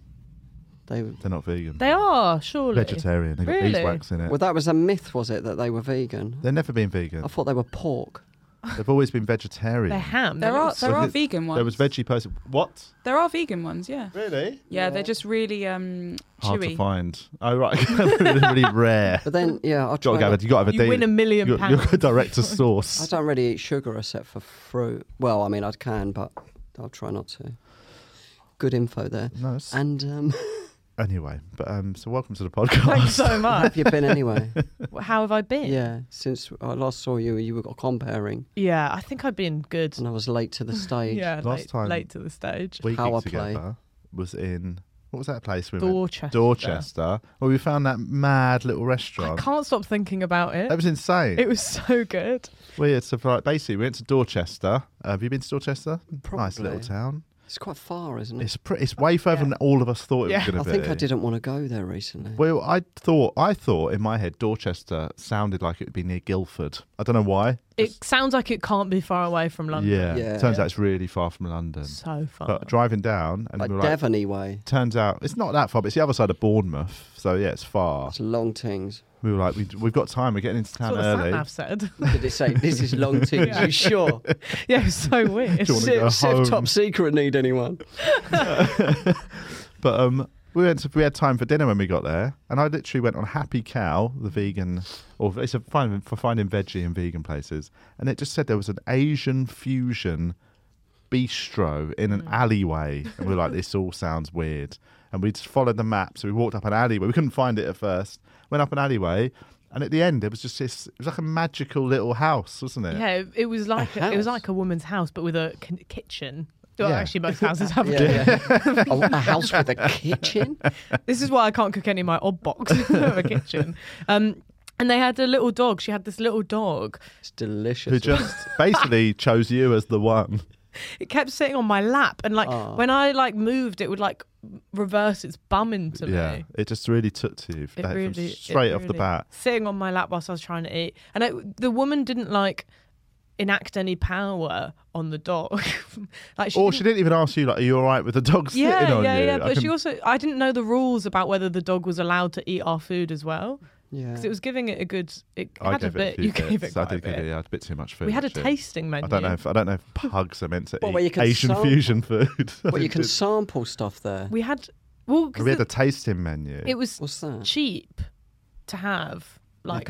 [SPEAKER 2] They
[SPEAKER 1] They're not vegan.
[SPEAKER 4] They are surely.
[SPEAKER 1] Vegetarian. They've got
[SPEAKER 4] Really?
[SPEAKER 1] beeswax in it.
[SPEAKER 2] well, that was a myth, was it, that they were vegan?
[SPEAKER 1] They've never been vegan.
[SPEAKER 2] I thought they were pork.
[SPEAKER 1] They've always been vegetarian.
[SPEAKER 4] They're ham.
[SPEAKER 5] There
[SPEAKER 4] They're
[SPEAKER 5] are
[SPEAKER 4] not-
[SPEAKER 5] there
[SPEAKER 1] Was
[SPEAKER 5] are
[SPEAKER 1] it-
[SPEAKER 5] vegan ones.
[SPEAKER 1] There was veggie person. What?
[SPEAKER 5] There are vegan ones, yeah.
[SPEAKER 1] Really?
[SPEAKER 5] Yeah, they're just really um,
[SPEAKER 1] Hard
[SPEAKER 5] chewy.
[SPEAKER 1] to find. Oh right, They're really rare.
[SPEAKER 2] But then, yeah, I
[SPEAKER 1] Got
[SPEAKER 2] try.
[SPEAKER 1] to have a, you got to have a
[SPEAKER 4] you win a million
[SPEAKER 1] you
[SPEAKER 4] pounds.
[SPEAKER 1] got a director
[SPEAKER 2] I
[SPEAKER 1] source.
[SPEAKER 2] don't really eat sugar except for fruit. Well, I mean, I can, but I'll try not to. Good info there.
[SPEAKER 1] No, it's-
[SPEAKER 2] And um,
[SPEAKER 1] anyway, but um, so welcome to the
[SPEAKER 4] Thanks
[SPEAKER 1] podcast.
[SPEAKER 4] so much.
[SPEAKER 2] have you been anyway?
[SPEAKER 4] How have I been?
[SPEAKER 2] yeah, since I last saw you, you were comparing,
[SPEAKER 4] Yeah, I think I've been good.
[SPEAKER 2] and I was late to the stage.
[SPEAKER 4] Yeah,
[SPEAKER 1] Last
[SPEAKER 4] late,
[SPEAKER 1] time-
[SPEAKER 4] late to the stage.
[SPEAKER 1] We
[SPEAKER 2] Power
[SPEAKER 1] gigged
[SPEAKER 2] play.
[SPEAKER 1] together was in what was that place we went?
[SPEAKER 4] Dorchester.
[SPEAKER 1] Dorchester. Well, we found that mad little
[SPEAKER 4] I
[SPEAKER 1] restaurant.
[SPEAKER 4] can't stop thinking about
[SPEAKER 1] That
[SPEAKER 4] it.
[SPEAKER 1] was insane.
[SPEAKER 4] It was so good.
[SPEAKER 1] Weird. So like, basically, we went to Dorchester. Uh, have you been to Dorchester? Nice little
[SPEAKER 2] Probably.
[SPEAKER 1] town.
[SPEAKER 2] It's quite far, isn't it?
[SPEAKER 1] It's pretty. It's way further
[SPEAKER 4] Mm. Yeah.
[SPEAKER 1] than all of us thought it
[SPEAKER 4] Yeah.
[SPEAKER 1] was going
[SPEAKER 2] I
[SPEAKER 1] to be.
[SPEAKER 2] think I didn't want to go there recently.
[SPEAKER 1] Well, I thought I thought in my head Dorchester sounded like it would be near Guildford. I don't know why.
[SPEAKER 4] It sounds like it can't be far away from London.
[SPEAKER 1] Yeah.
[SPEAKER 2] Yeah.
[SPEAKER 1] Turns out it's really far from London.
[SPEAKER 4] So far.
[SPEAKER 1] But driving down and
[SPEAKER 2] like
[SPEAKER 1] we were like,
[SPEAKER 2] Devon way.
[SPEAKER 1] turns out it's not that far, but it's the other side of Bournemouth. So yeah, it's far.
[SPEAKER 2] It's long things.
[SPEAKER 1] We were like, we, we've got time. We're getting into
[SPEAKER 4] That's
[SPEAKER 1] town
[SPEAKER 4] what the
[SPEAKER 1] early.
[SPEAKER 4] sat nav said.
[SPEAKER 2] Did it say this is long things?
[SPEAKER 4] Yeah.
[SPEAKER 2] You sure?
[SPEAKER 4] yeah, it was so weird.
[SPEAKER 1] Do you wanna go
[SPEAKER 2] Sif,
[SPEAKER 1] home?
[SPEAKER 2] Sif top secret need anyone?
[SPEAKER 1] but um, we went. To, we had time for dinner when we got there, and I literally went on Happy Cow, the vegan, or it's a fine for finding veggie and vegan places, and it just said there was an Asian fusion bistro in
[SPEAKER 4] Mm.
[SPEAKER 1] an alleyway, and we were like, this all sounds weird, and we just followed the map, so we walked up an alleyway. We couldn't find it at first. Went up an alleyway. And at the end, it was just this. It was like a magical little house, wasn't it?
[SPEAKER 4] Yeah, it, it was like a, it
[SPEAKER 2] house.
[SPEAKER 4] was like a woman's house, but with a ki- kitchen. Well,
[SPEAKER 1] Yeah.
[SPEAKER 4] actually, most houses have.
[SPEAKER 2] Yeah.
[SPEAKER 4] a
[SPEAKER 2] yeah. a, a house with a kitchen.
[SPEAKER 4] This is why I can't cook any of my odd box of a kitchen. Um, and they had a little dog. She had this little dog.
[SPEAKER 2] It's delicious.
[SPEAKER 1] Who just basically chose you as the one.
[SPEAKER 4] It kept sitting on my lap, and like
[SPEAKER 2] Aw.
[SPEAKER 4] when I like moved, it would like reverse its bum into
[SPEAKER 1] Yeah,
[SPEAKER 4] me.
[SPEAKER 1] it just really took to you
[SPEAKER 4] It
[SPEAKER 1] like, from
[SPEAKER 4] really- it
[SPEAKER 1] straight off the
[SPEAKER 4] really-
[SPEAKER 1] bat.
[SPEAKER 4] sitting on my lap whilst I was trying to eat. And it, the woman didn't like enact any power on the dog. like she
[SPEAKER 1] or
[SPEAKER 4] didn't-
[SPEAKER 1] she didn't even ask you, like, are you all right with the dog
[SPEAKER 4] yeah,
[SPEAKER 1] sitting on
[SPEAKER 4] yeah,
[SPEAKER 1] you?
[SPEAKER 4] yeah.
[SPEAKER 1] I
[SPEAKER 4] But she
[SPEAKER 1] can-
[SPEAKER 4] also, I didn't know the rules about whether the dog was allowed to eat our food as well
[SPEAKER 2] Yeah.
[SPEAKER 4] because it was giving it a good. It
[SPEAKER 1] I
[SPEAKER 4] had a
[SPEAKER 1] gave it a
[SPEAKER 4] bit.
[SPEAKER 1] few
[SPEAKER 4] you gave it
[SPEAKER 1] bits. I
[SPEAKER 4] quite a
[SPEAKER 1] did give
[SPEAKER 4] bit.
[SPEAKER 1] it, yeah, a bit too much food.
[SPEAKER 4] we had a
[SPEAKER 1] actually.
[SPEAKER 4] tasting menu.
[SPEAKER 1] I don't know if I don't know if pugs are meant to
[SPEAKER 2] What, where you
[SPEAKER 1] eat
[SPEAKER 2] can
[SPEAKER 1] Asian
[SPEAKER 2] sample-
[SPEAKER 1] fusion food.
[SPEAKER 2] well, you can
[SPEAKER 1] It's-
[SPEAKER 2] sample stuff there.
[SPEAKER 4] We had Well, 'cause
[SPEAKER 1] We had
[SPEAKER 4] the-
[SPEAKER 1] a tasting menu.
[SPEAKER 4] it was
[SPEAKER 2] What's that?
[SPEAKER 4] cheap to have, like,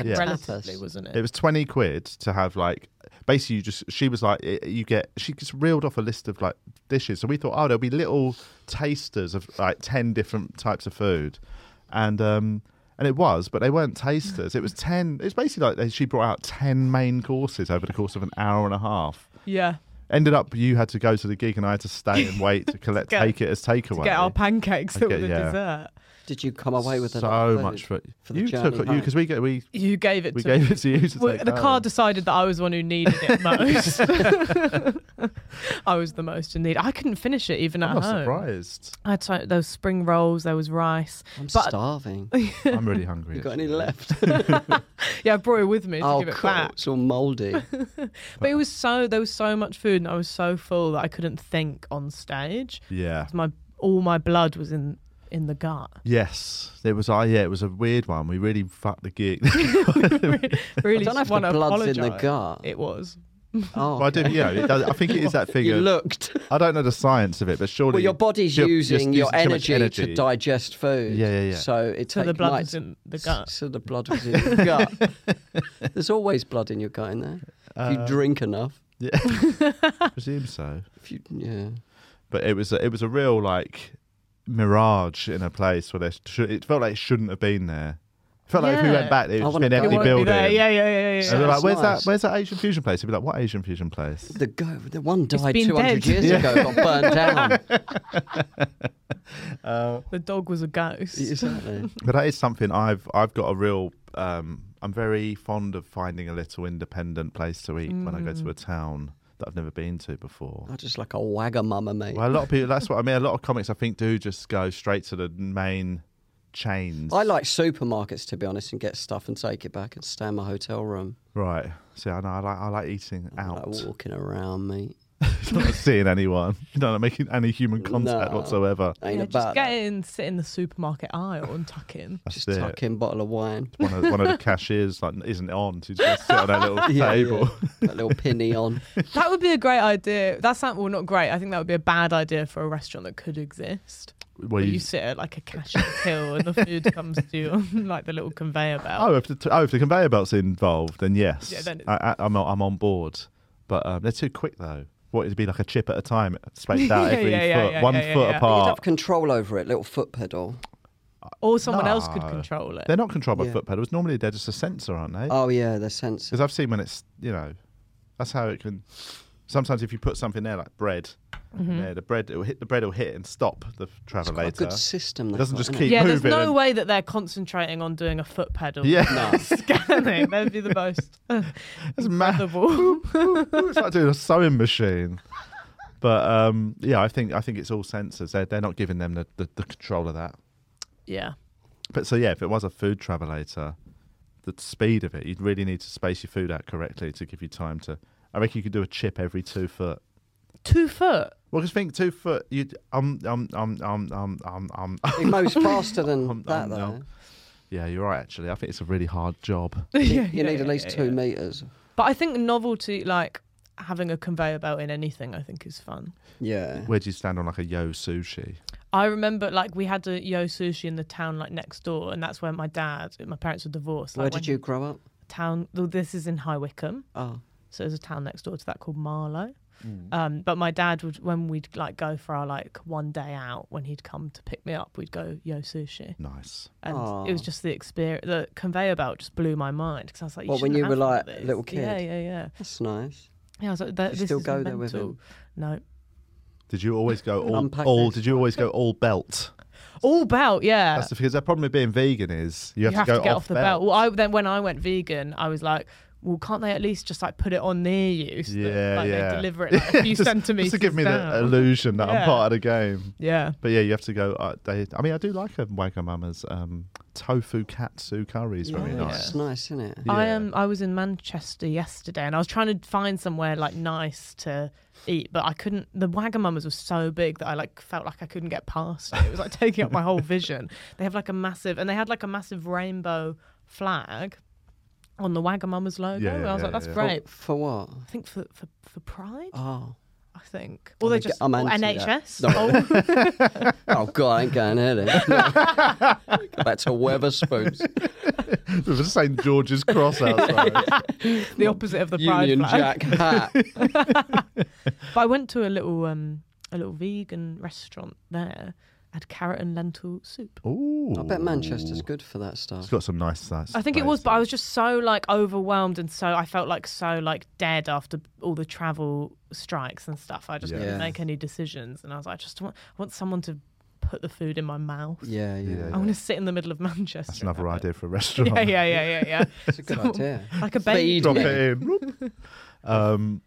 [SPEAKER 2] Like
[SPEAKER 1] a Yeah.
[SPEAKER 4] relatively,
[SPEAKER 2] tapas.
[SPEAKER 4] wasn't it?
[SPEAKER 1] It was twenty quid to have like basically you just she was like i- you get she just reeled off a list of like dishes. So we thought oh there'll be little tasters of like ten different types of food, and um and it was, but they weren't tasters. It was ten. It's basically like they, she brought out ten main courses over the course of an hour and a half.
[SPEAKER 4] yeah,
[SPEAKER 1] Ended up you had to go to the gig and I had to stay and wait to collect
[SPEAKER 4] get-
[SPEAKER 1] take it as
[SPEAKER 4] to
[SPEAKER 1] takeaway.
[SPEAKER 4] get our pancakes that were
[SPEAKER 1] Okay,
[SPEAKER 4] the
[SPEAKER 1] yeah.
[SPEAKER 4] dessert.
[SPEAKER 2] Did you come away with a
[SPEAKER 1] so
[SPEAKER 2] lot of food?
[SPEAKER 1] much for,
[SPEAKER 2] for the
[SPEAKER 1] you
[SPEAKER 2] journey
[SPEAKER 1] took you
[SPEAKER 2] home?
[SPEAKER 1] because we get we
[SPEAKER 4] You gave it
[SPEAKER 1] we
[SPEAKER 4] to me.
[SPEAKER 1] gave it to you to oh.
[SPEAKER 4] Well,
[SPEAKER 1] take
[SPEAKER 4] the car
[SPEAKER 1] home.
[SPEAKER 4] decided that I was the one who needed it most. I was the most in need. I couldn't finish it even
[SPEAKER 1] I'm
[SPEAKER 4] at
[SPEAKER 1] not
[SPEAKER 4] home.
[SPEAKER 1] surprised.
[SPEAKER 4] I had to, those spring rolls. There was rice.
[SPEAKER 2] I'm
[SPEAKER 4] But-
[SPEAKER 2] starving.
[SPEAKER 1] I'm really hungry.
[SPEAKER 2] You got
[SPEAKER 1] actually.
[SPEAKER 2] any left?
[SPEAKER 4] Yeah, I brought it with me to
[SPEAKER 2] oh,
[SPEAKER 4] give it
[SPEAKER 2] cool.
[SPEAKER 4] back.
[SPEAKER 2] It's all mouldy.
[SPEAKER 4] But it was so there was so much food, and I was so full that I couldn't think on stage.
[SPEAKER 1] Yeah.
[SPEAKER 4] My all my blood was in in the gut.
[SPEAKER 1] Yes, it was. I yeah, it was a weird one. We really fucked the gig.
[SPEAKER 4] Really,
[SPEAKER 2] I don't know if the
[SPEAKER 4] want to
[SPEAKER 2] blood's in the
[SPEAKER 4] apologise.
[SPEAKER 2] gut.
[SPEAKER 4] It was.
[SPEAKER 2] oh,
[SPEAKER 1] Well, I do.
[SPEAKER 2] okay.
[SPEAKER 1] You know, it does, I think it is that
[SPEAKER 2] You
[SPEAKER 1] figure.
[SPEAKER 2] looked.
[SPEAKER 1] I don't know the science of it, but surely
[SPEAKER 2] Well, your body's
[SPEAKER 1] you're- you're using
[SPEAKER 2] using your
[SPEAKER 1] too much
[SPEAKER 2] energy,
[SPEAKER 1] energy.
[SPEAKER 2] to digest food.
[SPEAKER 1] Yeah, yeah, yeah.
[SPEAKER 2] So it
[SPEAKER 4] So the
[SPEAKER 2] take-
[SPEAKER 4] blood
[SPEAKER 2] might-
[SPEAKER 4] was in the gut.
[SPEAKER 2] So the blood was in your gut. There's always blood in your gut in there. if you
[SPEAKER 1] Uh,
[SPEAKER 2] drink enough.
[SPEAKER 1] Yeah, presume so.
[SPEAKER 2] If you, yeah.
[SPEAKER 1] But it was a, it was a real like mirage in a place where there should, it felt like it shouldn't have been there. It felt like if we
[SPEAKER 4] Yeah.
[SPEAKER 1] went back, it
[SPEAKER 2] I
[SPEAKER 1] would just
[SPEAKER 2] wanna
[SPEAKER 1] be an
[SPEAKER 2] go.
[SPEAKER 1] empty
[SPEAKER 2] It won't be
[SPEAKER 1] building.
[SPEAKER 4] Yeah, yeah, yeah, yeah.
[SPEAKER 1] And
[SPEAKER 4] yeah.
[SPEAKER 1] we're like,
[SPEAKER 2] That's
[SPEAKER 1] where's that?
[SPEAKER 2] nice.
[SPEAKER 1] Where's that Asian fusion place? They'd be like, what Asian fusion place?
[SPEAKER 2] The go, the one
[SPEAKER 4] It's
[SPEAKER 2] died
[SPEAKER 4] been
[SPEAKER 2] 200
[SPEAKER 4] dead.
[SPEAKER 2] years
[SPEAKER 1] Yeah.
[SPEAKER 2] ago, got burnt down.
[SPEAKER 4] The dog was a ghost.
[SPEAKER 2] exactly.
[SPEAKER 1] But that is something I've I've got a real. Um, I'm very fond of finding a little independent place to eat when I go
[SPEAKER 2] Mm.
[SPEAKER 1] to a town that I've never been to before.
[SPEAKER 2] I just like a wagamama, mate.
[SPEAKER 1] Well, a lot of people. That's what I mean. A lot of comics, I think, do just go straight to the main chains.
[SPEAKER 2] I like supermarkets, to be honest, and get stuff and take it back and stay in my hotel room.
[SPEAKER 1] Right. See, I know. I like. I like eating
[SPEAKER 2] I
[SPEAKER 1] out.
[SPEAKER 2] Like walking around, mate.
[SPEAKER 1] not seeing anyone. You know, not making any human contact
[SPEAKER 2] No.
[SPEAKER 1] whatsoever.
[SPEAKER 2] Ain't
[SPEAKER 4] yeah,
[SPEAKER 2] about
[SPEAKER 4] just get
[SPEAKER 2] that.
[SPEAKER 4] in, sit in the supermarket aisle and tuck in.
[SPEAKER 1] That's
[SPEAKER 2] Just
[SPEAKER 1] it.
[SPEAKER 2] tuck in bottle of wine.
[SPEAKER 1] One of, one of the cashiers like isn't on. So you just sit on that little
[SPEAKER 2] Yeah,
[SPEAKER 1] table.
[SPEAKER 2] yeah. That little pinny on.
[SPEAKER 4] That would be a great idea. That's not, well, not great. I think that would be a bad idea for a restaurant that could exist.
[SPEAKER 1] Well,
[SPEAKER 4] Where you,
[SPEAKER 1] you-
[SPEAKER 4] sit at like a cashier till and the food comes to you on like the little conveyor belt.
[SPEAKER 1] Oh, if the t- oh, if the conveyor belt's involved, then yes.
[SPEAKER 4] Yeah, then it's-
[SPEAKER 1] I, I, I'm on- I'm on board. But um, they're too quick though. What it'd be like a chip at a time, spaced out
[SPEAKER 4] Yeah,
[SPEAKER 1] every
[SPEAKER 4] yeah, yeah,
[SPEAKER 1] foot,
[SPEAKER 4] yeah,
[SPEAKER 1] one
[SPEAKER 4] yeah, yeah,
[SPEAKER 1] foot
[SPEAKER 4] yeah.
[SPEAKER 2] You'd
[SPEAKER 1] apart.
[SPEAKER 2] have control over it, little foot pedal.
[SPEAKER 1] Oh,
[SPEAKER 4] or someone else could
[SPEAKER 1] no.
[SPEAKER 4] control it.
[SPEAKER 1] They're not controlled by
[SPEAKER 2] Yeah.
[SPEAKER 1] foot pedals. Normally they're just a sensor, aren't they?
[SPEAKER 2] Oh, yeah, the sensor.
[SPEAKER 1] Because I've seen when it's you know, that's how it can. Sometimes if you put something there like bread,
[SPEAKER 4] Mhm.
[SPEAKER 1] there, the bread it will hit the bread will hit and stop the
[SPEAKER 2] It's
[SPEAKER 1] travel
[SPEAKER 2] quite a
[SPEAKER 1] later.
[SPEAKER 2] good system.
[SPEAKER 1] Doesn't
[SPEAKER 2] that,
[SPEAKER 1] just
[SPEAKER 2] isn't it?
[SPEAKER 1] keep
[SPEAKER 4] yeah, there's
[SPEAKER 1] moving.
[SPEAKER 4] no
[SPEAKER 1] and-
[SPEAKER 4] way that they're concentrating on doing a foot pedal.
[SPEAKER 1] Yeah,
[SPEAKER 4] Scanning. That'd be the most
[SPEAKER 1] it's mad.
[SPEAKER 4] incredible.
[SPEAKER 1] it's like doing a sewing machine. But um, yeah, I think I think it's all sensors. They're, they're not giving them the, the, the control of that.
[SPEAKER 4] yeah.
[SPEAKER 1] But so yeah, if it was a food travelator, the speed of it, you'd really need to space your food out correctly to give you time to. I reckon you could do a chip every two foot.
[SPEAKER 4] Two foot.
[SPEAKER 1] Well, because think two foot, you'd um um um um um um um.
[SPEAKER 2] It moves faster than
[SPEAKER 1] Um,
[SPEAKER 2] that,
[SPEAKER 1] um,
[SPEAKER 2] though.
[SPEAKER 1] no. Yeah, you're right. Actually, I think it's a really hard job.
[SPEAKER 2] You,
[SPEAKER 4] Yeah,
[SPEAKER 2] you
[SPEAKER 4] yeah,
[SPEAKER 2] need at
[SPEAKER 4] yeah,
[SPEAKER 2] least
[SPEAKER 4] yeah,
[SPEAKER 2] two
[SPEAKER 4] yeah.
[SPEAKER 2] meters.
[SPEAKER 4] But I think novelty, like having a conveyor belt in anything, I think is fun.
[SPEAKER 2] Yeah.
[SPEAKER 1] Where do you stand on like a yo sushi?
[SPEAKER 4] I remember like we had a yo sushi in the town like next door, and that's where my dad, my parents were divorced. Like,
[SPEAKER 2] Where did
[SPEAKER 4] when
[SPEAKER 2] you grow up?
[SPEAKER 4] Town. Well, this is in High Wycombe,
[SPEAKER 2] Oh,
[SPEAKER 4] so there's a town next door to that called Marlow. Um, but my dad would, when we'd like go for our like one day out, when he'd come to pick me up, we'd go yo sushi,
[SPEAKER 1] Nice.
[SPEAKER 4] and it was
[SPEAKER 2] Aw.
[SPEAKER 4] just the experience. The conveyor belt just blew my mind because I was like, you
[SPEAKER 2] What, when
[SPEAKER 4] shouldn't
[SPEAKER 2] you were,
[SPEAKER 4] have all
[SPEAKER 2] like,
[SPEAKER 4] this.
[SPEAKER 2] little kid?
[SPEAKER 4] Yeah, yeah, yeah.
[SPEAKER 2] that's nice.
[SPEAKER 4] Yeah, I was like, that,
[SPEAKER 2] You
[SPEAKER 4] this
[SPEAKER 2] still
[SPEAKER 4] is
[SPEAKER 2] go there with
[SPEAKER 4] mental.
[SPEAKER 2] him?
[SPEAKER 4] No,
[SPEAKER 1] Did you always go all?
[SPEAKER 2] Unpack
[SPEAKER 1] all
[SPEAKER 2] this.
[SPEAKER 1] did you always go all belt?
[SPEAKER 4] all belt. Yeah,
[SPEAKER 1] That's the, because the problem with being vegan is you have,
[SPEAKER 4] you have to,
[SPEAKER 1] go
[SPEAKER 4] get off, the belt. Well, I, then when I went vegan, I was like, well, can't they at least just like put it on near you? So
[SPEAKER 1] Yeah,
[SPEAKER 4] that, like,
[SPEAKER 1] yeah.
[SPEAKER 4] They deliver it like, a few
[SPEAKER 1] Just-
[SPEAKER 4] centimeters
[SPEAKER 1] Just to give me
[SPEAKER 4] down.
[SPEAKER 1] the illusion that I'm
[SPEAKER 4] Yeah.
[SPEAKER 1] part of the game.
[SPEAKER 4] yeah.
[SPEAKER 1] But yeah, you have to go. Uh, they, I mean, I do like a Wagamama's um, tofu katsu curry is very
[SPEAKER 2] Yeah,
[SPEAKER 1] nice.
[SPEAKER 2] It's nice, isn't it?
[SPEAKER 1] Yeah.
[SPEAKER 4] I Um, I was in Manchester yesterday, and I was trying to find somewhere like nice to eat, but I couldn't. The Wagamama's was so big that I like felt like I couldn't get past it. It was like taking up my whole vision. They have like a massive, and they had like a massive rainbow flag on the Wagamama's logo.
[SPEAKER 1] Yeah, yeah,
[SPEAKER 4] and I was
[SPEAKER 1] yeah,
[SPEAKER 4] like, that's
[SPEAKER 1] yeah, yeah.
[SPEAKER 4] great.
[SPEAKER 2] For what?
[SPEAKER 4] I think for for, for pride.
[SPEAKER 2] Oh,
[SPEAKER 4] I think. Or they
[SPEAKER 2] I'm ag-
[SPEAKER 4] just
[SPEAKER 2] I'm
[SPEAKER 4] or
[SPEAKER 2] anti
[SPEAKER 4] NHS.
[SPEAKER 2] that.
[SPEAKER 4] Oh,
[SPEAKER 2] Oh God, I ain't going there then. Go Back to Weatherspoons,
[SPEAKER 1] With a St George's cross outside.
[SPEAKER 4] the opposite of the pride
[SPEAKER 2] Union
[SPEAKER 4] flag.
[SPEAKER 2] Jack hat.
[SPEAKER 4] But I went to a little um a little vegan restaurant there. Had carrot and lentil soup.
[SPEAKER 1] Ooh.
[SPEAKER 2] I bet Manchester's good for that stuff.
[SPEAKER 1] It's got some nice size.
[SPEAKER 4] I think it was, but I was just so like overwhelmed and so I felt like so like dead after all the travel strikes and stuff. I just
[SPEAKER 1] Yeah.
[SPEAKER 4] couldn't
[SPEAKER 2] Yeah.
[SPEAKER 4] make any decisions, and I was like, I just want, I want someone to put the food in my mouth.
[SPEAKER 2] Yeah, yeah.
[SPEAKER 1] Yeah.
[SPEAKER 4] I want to sit in the middle of Manchester.
[SPEAKER 1] That's
[SPEAKER 4] and
[SPEAKER 1] another
[SPEAKER 4] have
[SPEAKER 1] idea for a
[SPEAKER 4] it.
[SPEAKER 1] restaurant.
[SPEAKER 4] Yeah, yeah, yeah, yeah,
[SPEAKER 2] It's a good
[SPEAKER 4] So-
[SPEAKER 2] idea.
[SPEAKER 4] yeah. Like a baby.
[SPEAKER 2] Feed
[SPEAKER 1] Drop
[SPEAKER 2] me.
[SPEAKER 1] it in. um,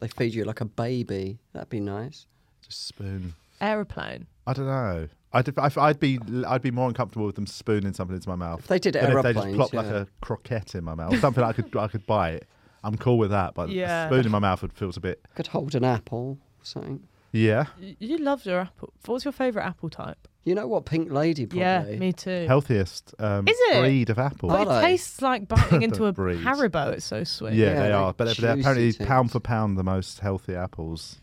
[SPEAKER 2] They feed you like a baby. That'd be nice.
[SPEAKER 1] just spoon.
[SPEAKER 4] aeroplane.
[SPEAKER 1] I don't know. I'd, I'd, I'd be I'd be more uncomfortable with them spooning something into my mouth.
[SPEAKER 2] If they did
[SPEAKER 1] than if they just
[SPEAKER 2] aeroplanes,
[SPEAKER 1] plopped
[SPEAKER 2] yeah.
[SPEAKER 1] like a croquette in my mouth, something I could I could bite. I'm cool with that, but
[SPEAKER 4] Yeah.
[SPEAKER 1] a spoon in my mouth would feels a bit.
[SPEAKER 2] could hold an apple or something.
[SPEAKER 1] Yeah,
[SPEAKER 4] Y- You loved your apple. What's your favourite apple type?
[SPEAKER 2] You know what, Pink Lady probably.
[SPEAKER 4] Yeah, me too.
[SPEAKER 1] healthiest um,
[SPEAKER 4] Is it?
[SPEAKER 1] breed of apple.
[SPEAKER 4] But
[SPEAKER 2] Are
[SPEAKER 4] it
[SPEAKER 2] they?
[SPEAKER 4] tastes like biting into a
[SPEAKER 1] Breeze.
[SPEAKER 4] Haribo. It's so sweet.
[SPEAKER 1] yeah,
[SPEAKER 2] Yeah,
[SPEAKER 1] they
[SPEAKER 2] they're
[SPEAKER 1] are, but they're- they're
[SPEAKER 2] juicy
[SPEAKER 1] apparently
[SPEAKER 2] things.
[SPEAKER 1] pound for pound the most healthy apples.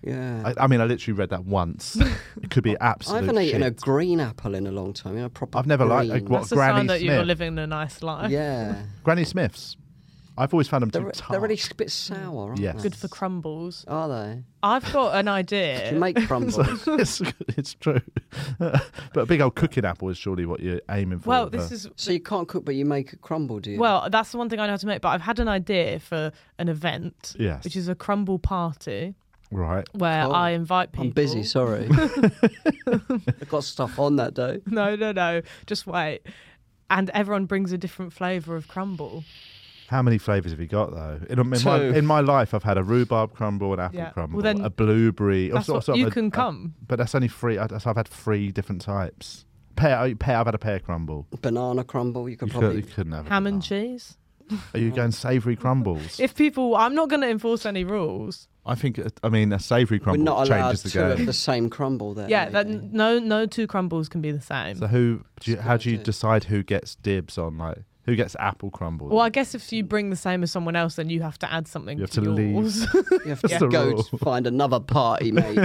[SPEAKER 2] Yeah.
[SPEAKER 1] I, I mean, I literally read that once. it could be
[SPEAKER 2] I
[SPEAKER 1] absolute.
[SPEAKER 2] haven't eaten a
[SPEAKER 1] shit.
[SPEAKER 2] green apple in a long time. You know, proper.
[SPEAKER 1] I've never liked a-
[SPEAKER 2] green.
[SPEAKER 1] what-
[SPEAKER 4] That's a
[SPEAKER 1] Granny
[SPEAKER 4] sign that you're
[SPEAKER 1] Smith.
[SPEAKER 4] living a nice life.
[SPEAKER 2] Yeah,
[SPEAKER 1] Granny Smiths. I've always found them
[SPEAKER 2] they're,
[SPEAKER 1] too tart.
[SPEAKER 2] they're really a bit sour, aren't
[SPEAKER 1] Yes.
[SPEAKER 2] they?
[SPEAKER 4] Good for crumbles.
[SPEAKER 2] Are they?
[SPEAKER 4] I've got an
[SPEAKER 2] Do
[SPEAKER 4] idea.
[SPEAKER 2] you make crumbles?
[SPEAKER 1] it's, it's true, but a big old cooking apple is surely what you're aiming for.
[SPEAKER 4] well,
[SPEAKER 1] with a-
[SPEAKER 4] this is
[SPEAKER 2] so you can't cook, but you make a crumble, do you?
[SPEAKER 4] well, that's the one thing I know how to make. But I've had an idea for an event,
[SPEAKER 1] Yes.
[SPEAKER 4] which is a crumble party
[SPEAKER 1] right.
[SPEAKER 4] where
[SPEAKER 2] Oh,
[SPEAKER 4] I invite people.
[SPEAKER 2] I'm busy. Sorry, I've got stuff on that day.
[SPEAKER 4] No, no, no. Just wait. And everyone brings a different flavour of crumble.
[SPEAKER 1] How many flavors have you got though? In, in my
[SPEAKER 2] Two.
[SPEAKER 1] in my life, I've had a rhubarb crumble, an apple
[SPEAKER 4] Yeah. Well,
[SPEAKER 1] crumble,
[SPEAKER 4] then
[SPEAKER 1] a blueberry. Oh, or
[SPEAKER 4] That's
[SPEAKER 1] sort-
[SPEAKER 4] what,
[SPEAKER 1] sort of
[SPEAKER 4] you
[SPEAKER 1] a-
[SPEAKER 4] can
[SPEAKER 1] a-
[SPEAKER 4] come.
[SPEAKER 1] uh, but that's only three. I, so I've had three different types. Pear, I- pear. I've had a pear crumble.
[SPEAKER 2] Banana crumble. You could
[SPEAKER 1] You, could,
[SPEAKER 2] probably.
[SPEAKER 1] you couldn't have a
[SPEAKER 4] Ham
[SPEAKER 1] banana.
[SPEAKER 4] and cheese.
[SPEAKER 1] Are
[SPEAKER 2] Mm.
[SPEAKER 1] you going savoury crumbles?
[SPEAKER 4] If people, I'm not going to enforce any rules.
[SPEAKER 1] I think. uh, I mean, a savoury
[SPEAKER 2] We're
[SPEAKER 1] crumble
[SPEAKER 2] not allowed
[SPEAKER 1] changes
[SPEAKER 2] two
[SPEAKER 1] the
[SPEAKER 2] of
[SPEAKER 1] game.
[SPEAKER 2] the same crumble. There.
[SPEAKER 4] Yeah, that,
[SPEAKER 2] maybe.
[SPEAKER 4] no, no two crumbles can be the same.
[SPEAKER 1] so who? Do you,
[SPEAKER 2] It's a
[SPEAKER 1] how
[SPEAKER 2] good
[SPEAKER 1] do you
[SPEAKER 2] idea.
[SPEAKER 1] decide who gets dibs on like who gets apple crumble?
[SPEAKER 4] well, I guess if you bring the same as someone else, then you have to add something
[SPEAKER 1] You have
[SPEAKER 4] to,
[SPEAKER 1] to leave.
[SPEAKER 4] yours.
[SPEAKER 2] you have
[SPEAKER 1] That's
[SPEAKER 2] to
[SPEAKER 1] the
[SPEAKER 2] go
[SPEAKER 1] rule.
[SPEAKER 2] to find another party, mate.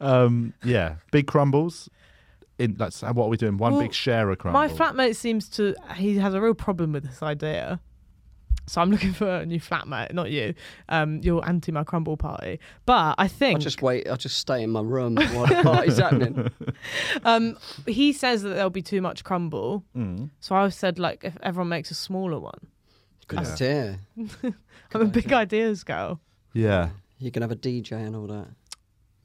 [SPEAKER 1] um, yeah, big crumbles. In that's what are we doing? One
[SPEAKER 4] Well,
[SPEAKER 1] big share of crumble.
[SPEAKER 4] My flatmate seems to he has a real problem with this idea. So I'm looking for a new flatmate, not you. Um, you're anti my crumble party, but I
[SPEAKER 2] I'll
[SPEAKER 4] think
[SPEAKER 2] just wait. I'll just stay in my room while the party's happening.
[SPEAKER 4] um, he says that there'll be too much crumble.
[SPEAKER 1] Mm.
[SPEAKER 4] So I said like if everyone makes a smaller one.
[SPEAKER 2] Good
[SPEAKER 1] Yeah.
[SPEAKER 2] idea.
[SPEAKER 4] I'm a big ideas girl.
[SPEAKER 1] Yeah.
[SPEAKER 2] You can have a DJ and all that.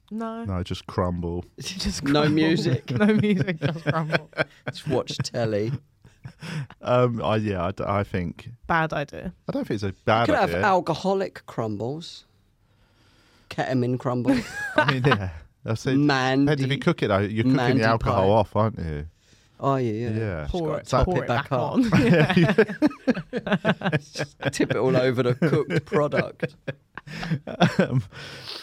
[SPEAKER 4] No,
[SPEAKER 1] No, just crumble.
[SPEAKER 4] just
[SPEAKER 2] No
[SPEAKER 4] crumble.
[SPEAKER 2] music.
[SPEAKER 4] no music, just crumble.
[SPEAKER 2] Just watch telly.
[SPEAKER 1] Um, I, yeah, I, d- I think
[SPEAKER 4] Bad idea.
[SPEAKER 1] I don't think it's a bad
[SPEAKER 2] Could have
[SPEAKER 1] idea.
[SPEAKER 2] alcoholic crumbles, ketamine crumbles,
[SPEAKER 1] I mean, yeah, that's it. Depends if you
[SPEAKER 2] mandy.
[SPEAKER 1] cook it though. You're cooking
[SPEAKER 2] Mandy
[SPEAKER 1] the alcohol
[SPEAKER 2] pie.
[SPEAKER 1] off, aren't you?
[SPEAKER 2] Oh yeah, yeah.
[SPEAKER 1] Yeah.
[SPEAKER 4] Pour it,
[SPEAKER 1] got-
[SPEAKER 4] pour
[SPEAKER 2] tap it
[SPEAKER 4] it back,
[SPEAKER 2] back up.
[SPEAKER 4] on.
[SPEAKER 2] Tip it all over the cooked product.
[SPEAKER 1] um,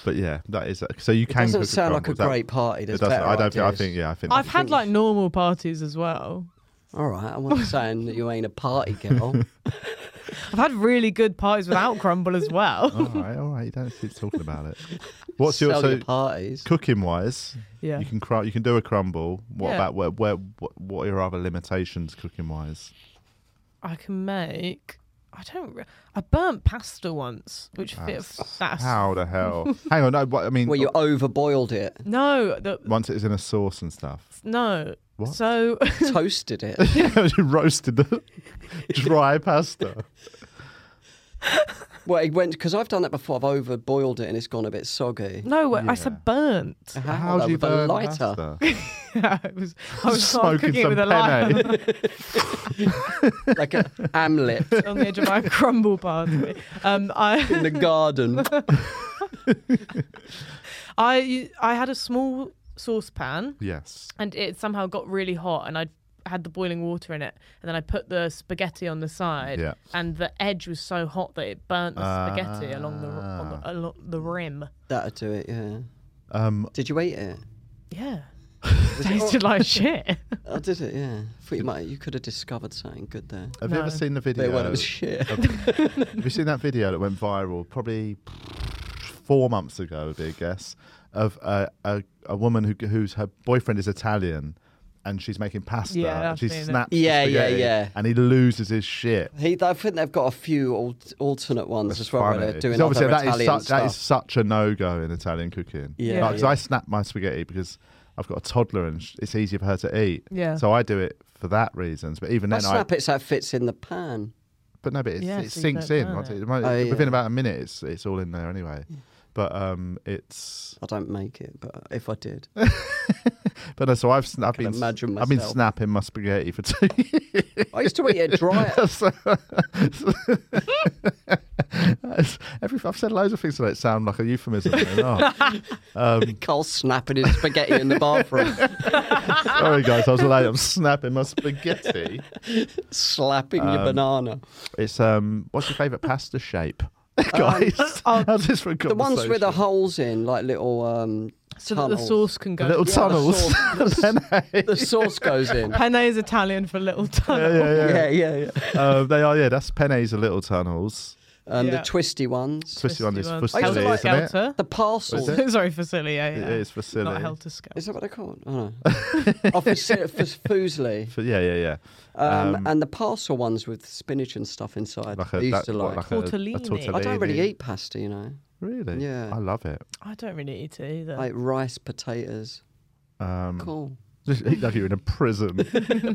[SPEAKER 1] but yeah, that is so you
[SPEAKER 2] It
[SPEAKER 1] can.
[SPEAKER 2] doesn't
[SPEAKER 1] cook
[SPEAKER 2] sound like a
[SPEAKER 1] crumble. That-
[SPEAKER 2] great party.
[SPEAKER 1] it
[SPEAKER 2] There's
[SPEAKER 1] doesn't-
[SPEAKER 2] better
[SPEAKER 1] I don't. Think, I
[SPEAKER 2] ideas.
[SPEAKER 1] think. Yeah, I think.
[SPEAKER 4] I've
[SPEAKER 1] that's-
[SPEAKER 4] had like normal parties as well.
[SPEAKER 2] All right, I wasn't saying that you ain't a party girl.
[SPEAKER 4] I've had really good parties without crumble as well.
[SPEAKER 1] all right, all right. You don't keep talking about it. What's your
[SPEAKER 2] Sell
[SPEAKER 1] so
[SPEAKER 2] parties?
[SPEAKER 1] cooking wise?
[SPEAKER 4] Yeah.
[SPEAKER 1] You can cr- You can do a crumble. What
[SPEAKER 4] Yeah.
[SPEAKER 1] about where? Where? What, what are your other limitations cooking wise?
[SPEAKER 4] I can make. I don't. Re- I burnt pasta once, which fits.
[SPEAKER 1] That's-
[SPEAKER 4] That's
[SPEAKER 1] How the hell? Hang on. No, what, I mean,
[SPEAKER 2] Well, you overboiled it,
[SPEAKER 4] no, the,
[SPEAKER 1] once it's in a sauce and stuff.
[SPEAKER 4] no.
[SPEAKER 1] What?
[SPEAKER 4] So
[SPEAKER 2] toasted it.
[SPEAKER 1] you roasted the dry pasta.
[SPEAKER 2] Well, it went because I've done that before. I've overboiled it and it's gone a bit soggy.
[SPEAKER 4] no, wait, I
[SPEAKER 1] Yeah.
[SPEAKER 4] said burnt.
[SPEAKER 2] How,
[SPEAKER 1] do
[SPEAKER 2] though,
[SPEAKER 1] you
[SPEAKER 2] with a
[SPEAKER 1] burn
[SPEAKER 2] lighter?
[SPEAKER 1] pasta?
[SPEAKER 4] I was, I was
[SPEAKER 1] Smoking
[SPEAKER 4] cooking it
[SPEAKER 1] some
[SPEAKER 4] with a light
[SPEAKER 1] penne.
[SPEAKER 2] like an amlet
[SPEAKER 4] on the edge of my crumble party. Um, I,
[SPEAKER 2] in the garden.
[SPEAKER 4] I, I had a small saucepan,
[SPEAKER 1] yes.
[SPEAKER 4] and it somehow got really hot, and I had the boiling water in it, and then I put the spaghetti on the side,
[SPEAKER 1] Yeah.
[SPEAKER 4] and the edge was so hot that it burnt the spaghetti along the, on
[SPEAKER 1] Ah.
[SPEAKER 4] the along the rim.
[SPEAKER 2] That'd do it. Yeah.
[SPEAKER 1] Um,
[SPEAKER 2] Did you eat it?
[SPEAKER 4] Yeah. Tasted like shit.
[SPEAKER 2] I did it, yeah. Thought you might, you could have discovered something good there.
[SPEAKER 1] have you
[SPEAKER 4] No.
[SPEAKER 1] ever seen the
[SPEAKER 2] But
[SPEAKER 1] video?
[SPEAKER 2] when it was shit.
[SPEAKER 1] have you seen that video that went viral? Probably four months ago, would be a guess, of a, a, a woman who who's her boyfriend is Italian and she's making pasta.
[SPEAKER 4] Yeah,
[SPEAKER 1] and she
[SPEAKER 4] I've seen it.
[SPEAKER 1] snaps. the
[SPEAKER 2] Yeah, yeah,
[SPEAKER 1] spaghetti
[SPEAKER 2] yeah.
[SPEAKER 1] And he loses his shit.
[SPEAKER 2] He, I think they've got a few al- alternate ones
[SPEAKER 1] That's
[SPEAKER 2] as well where
[SPEAKER 1] funny.
[SPEAKER 2] they're doing
[SPEAKER 1] 'Cause obviously
[SPEAKER 2] other
[SPEAKER 1] that is
[SPEAKER 2] Italian
[SPEAKER 1] such,
[SPEAKER 2] stuff.
[SPEAKER 1] That is such a no go in Italian cooking.
[SPEAKER 2] Yeah,
[SPEAKER 1] because
[SPEAKER 2] yeah.
[SPEAKER 1] I snap my spaghetti because I've got a toddler and sh- it's easier for her to eat.
[SPEAKER 4] Yeah.
[SPEAKER 1] So I do it for that reasons. But even
[SPEAKER 2] I
[SPEAKER 1] then, I,
[SPEAKER 2] snap it so it fits in the pan.
[SPEAKER 1] but no, but it,
[SPEAKER 4] Yeah,
[SPEAKER 1] it
[SPEAKER 4] so you
[SPEAKER 1] sinks
[SPEAKER 4] don't
[SPEAKER 1] in.
[SPEAKER 4] burn
[SPEAKER 1] Once
[SPEAKER 4] it.
[SPEAKER 1] it- mo-
[SPEAKER 2] Oh, yeah.
[SPEAKER 1] Within about a minute, it's it's all in there anyway. But um, it's
[SPEAKER 2] I don't make it, but if I did,
[SPEAKER 1] but no, so I've sn- I've
[SPEAKER 2] can
[SPEAKER 1] been s-
[SPEAKER 2] imagine
[SPEAKER 1] I've been
[SPEAKER 2] myself.
[SPEAKER 1] snapping my spaghetti for two
[SPEAKER 2] I used to eat it dry.
[SPEAKER 1] So- It's- every, I've said loads of things that sound like a euphemism. They're not. um,
[SPEAKER 2] Carl snapping his spaghetti in the bathroom,
[SPEAKER 1] "Oh, sorry, guys, I was late. I'm snapping my spaghetti.
[SPEAKER 2] slapping
[SPEAKER 1] Um,
[SPEAKER 2] your banana.
[SPEAKER 1] It's um, what's your favourite pasta shape, guys? How's this for a
[SPEAKER 2] Um, oh, The ones with the
[SPEAKER 1] conversation?
[SPEAKER 2] holes in, like little um,
[SPEAKER 4] so that the
[SPEAKER 2] tunnels.
[SPEAKER 4] sauce can go.
[SPEAKER 1] little
[SPEAKER 2] Yeah, the
[SPEAKER 1] tunnels.
[SPEAKER 2] sauce- the sauce goes in.
[SPEAKER 4] Penne is Italian for little
[SPEAKER 1] yeah,
[SPEAKER 4] tunnel.
[SPEAKER 1] yeah, yeah.
[SPEAKER 2] Yeah, yeah, yeah.
[SPEAKER 1] Um, they are, yeah. That's pennies are little tunnels.
[SPEAKER 2] And
[SPEAKER 4] Yeah.
[SPEAKER 2] the twisty ones.
[SPEAKER 1] Twisty one is
[SPEAKER 4] ones.
[SPEAKER 1] fusilli,
[SPEAKER 2] I also like
[SPEAKER 1] isn't it?
[SPEAKER 4] Helter.
[SPEAKER 2] The parcel.
[SPEAKER 1] What is
[SPEAKER 4] Sorry, Facility. Yeah,
[SPEAKER 1] It
[SPEAKER 4] yeah.
[SPEAKER 1] is fusilli.
[SPEAKER 4] Not Helter Skelter.
[SPEAKER 2] Is that what they're called? Oh, no. oh, fusi- fus- Fuseli.
[SPEAKER 1] F- yeah, yeah, yeah.
[SPEAKER 2] Um,
[SPEAKER 1] Um,
[SPEAKER 2] and the parcel ones with spinach and stuff inside.
[SPEAKER 1] Like
[SPEAKER 2] I
[SPEAKER 1] a,
[SPEAKER 2] used
[SPEAKER 1] that-
[SPEAKER 2] to
[SPEAKER 1] what, like
[SPEAKER 2] like.
[SPEAKER 1] a- a
[SPEAKER 4] Tortellini.
[SPEAKER 1] tortellini.
[SPEAKER 2] I don't really eat pasta, you know.
[SPEAKER 1] Really?
[SPEAKER 2] Yeah.
[SPEAKER 1] I love it.
[SPEAKER 4] I don't really eat it either.
[SPEAKER 2] Like rice, potatoes.
[SPEAKER 1] Um,
[SPEAKER 2] Cool.
[SPEAKER 1] Just eat like you're in a prison.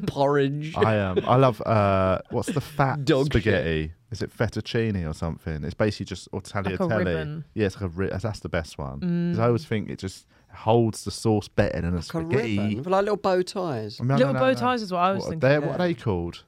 [SPEAKER 2] Porridge.
[SPEAKER 1] Mm. I Um, I love. Uh, what's the fat
[SPEAKER 2] Dog
[SPEAKER 1] spaghetti? Is it fettuccine or something? It's basically just or
[SPEAKER 4] Like
[SPEAKER 1] tagliatelle.
[SPEAKER 4] a ribbon. Mm.
[SPEAKER 1] yeah, it's like a ri- that's- That's the best one. 'Cause I always think it just holds the sauce better than a
[SPEAKER 2] like a
[SPEAKER 1] spaghetti. Mm.
[SPEAKER 2] ribbon. Like little bow ties.
[SPEAKER 1] No, no,
[SPEAKER 4] little
[SPEAKER 1] no,
[SPEAKER 4] bow
[SPEAKER 1] no.
[SPEAKER 4] ties is what I was
[SPEAKER 1] What are,
[SPEAKER 4] thinking.
[SPEAKER 1] they, what are
[SPEAKER 2] yeah.
[SPEAKER 1] they called?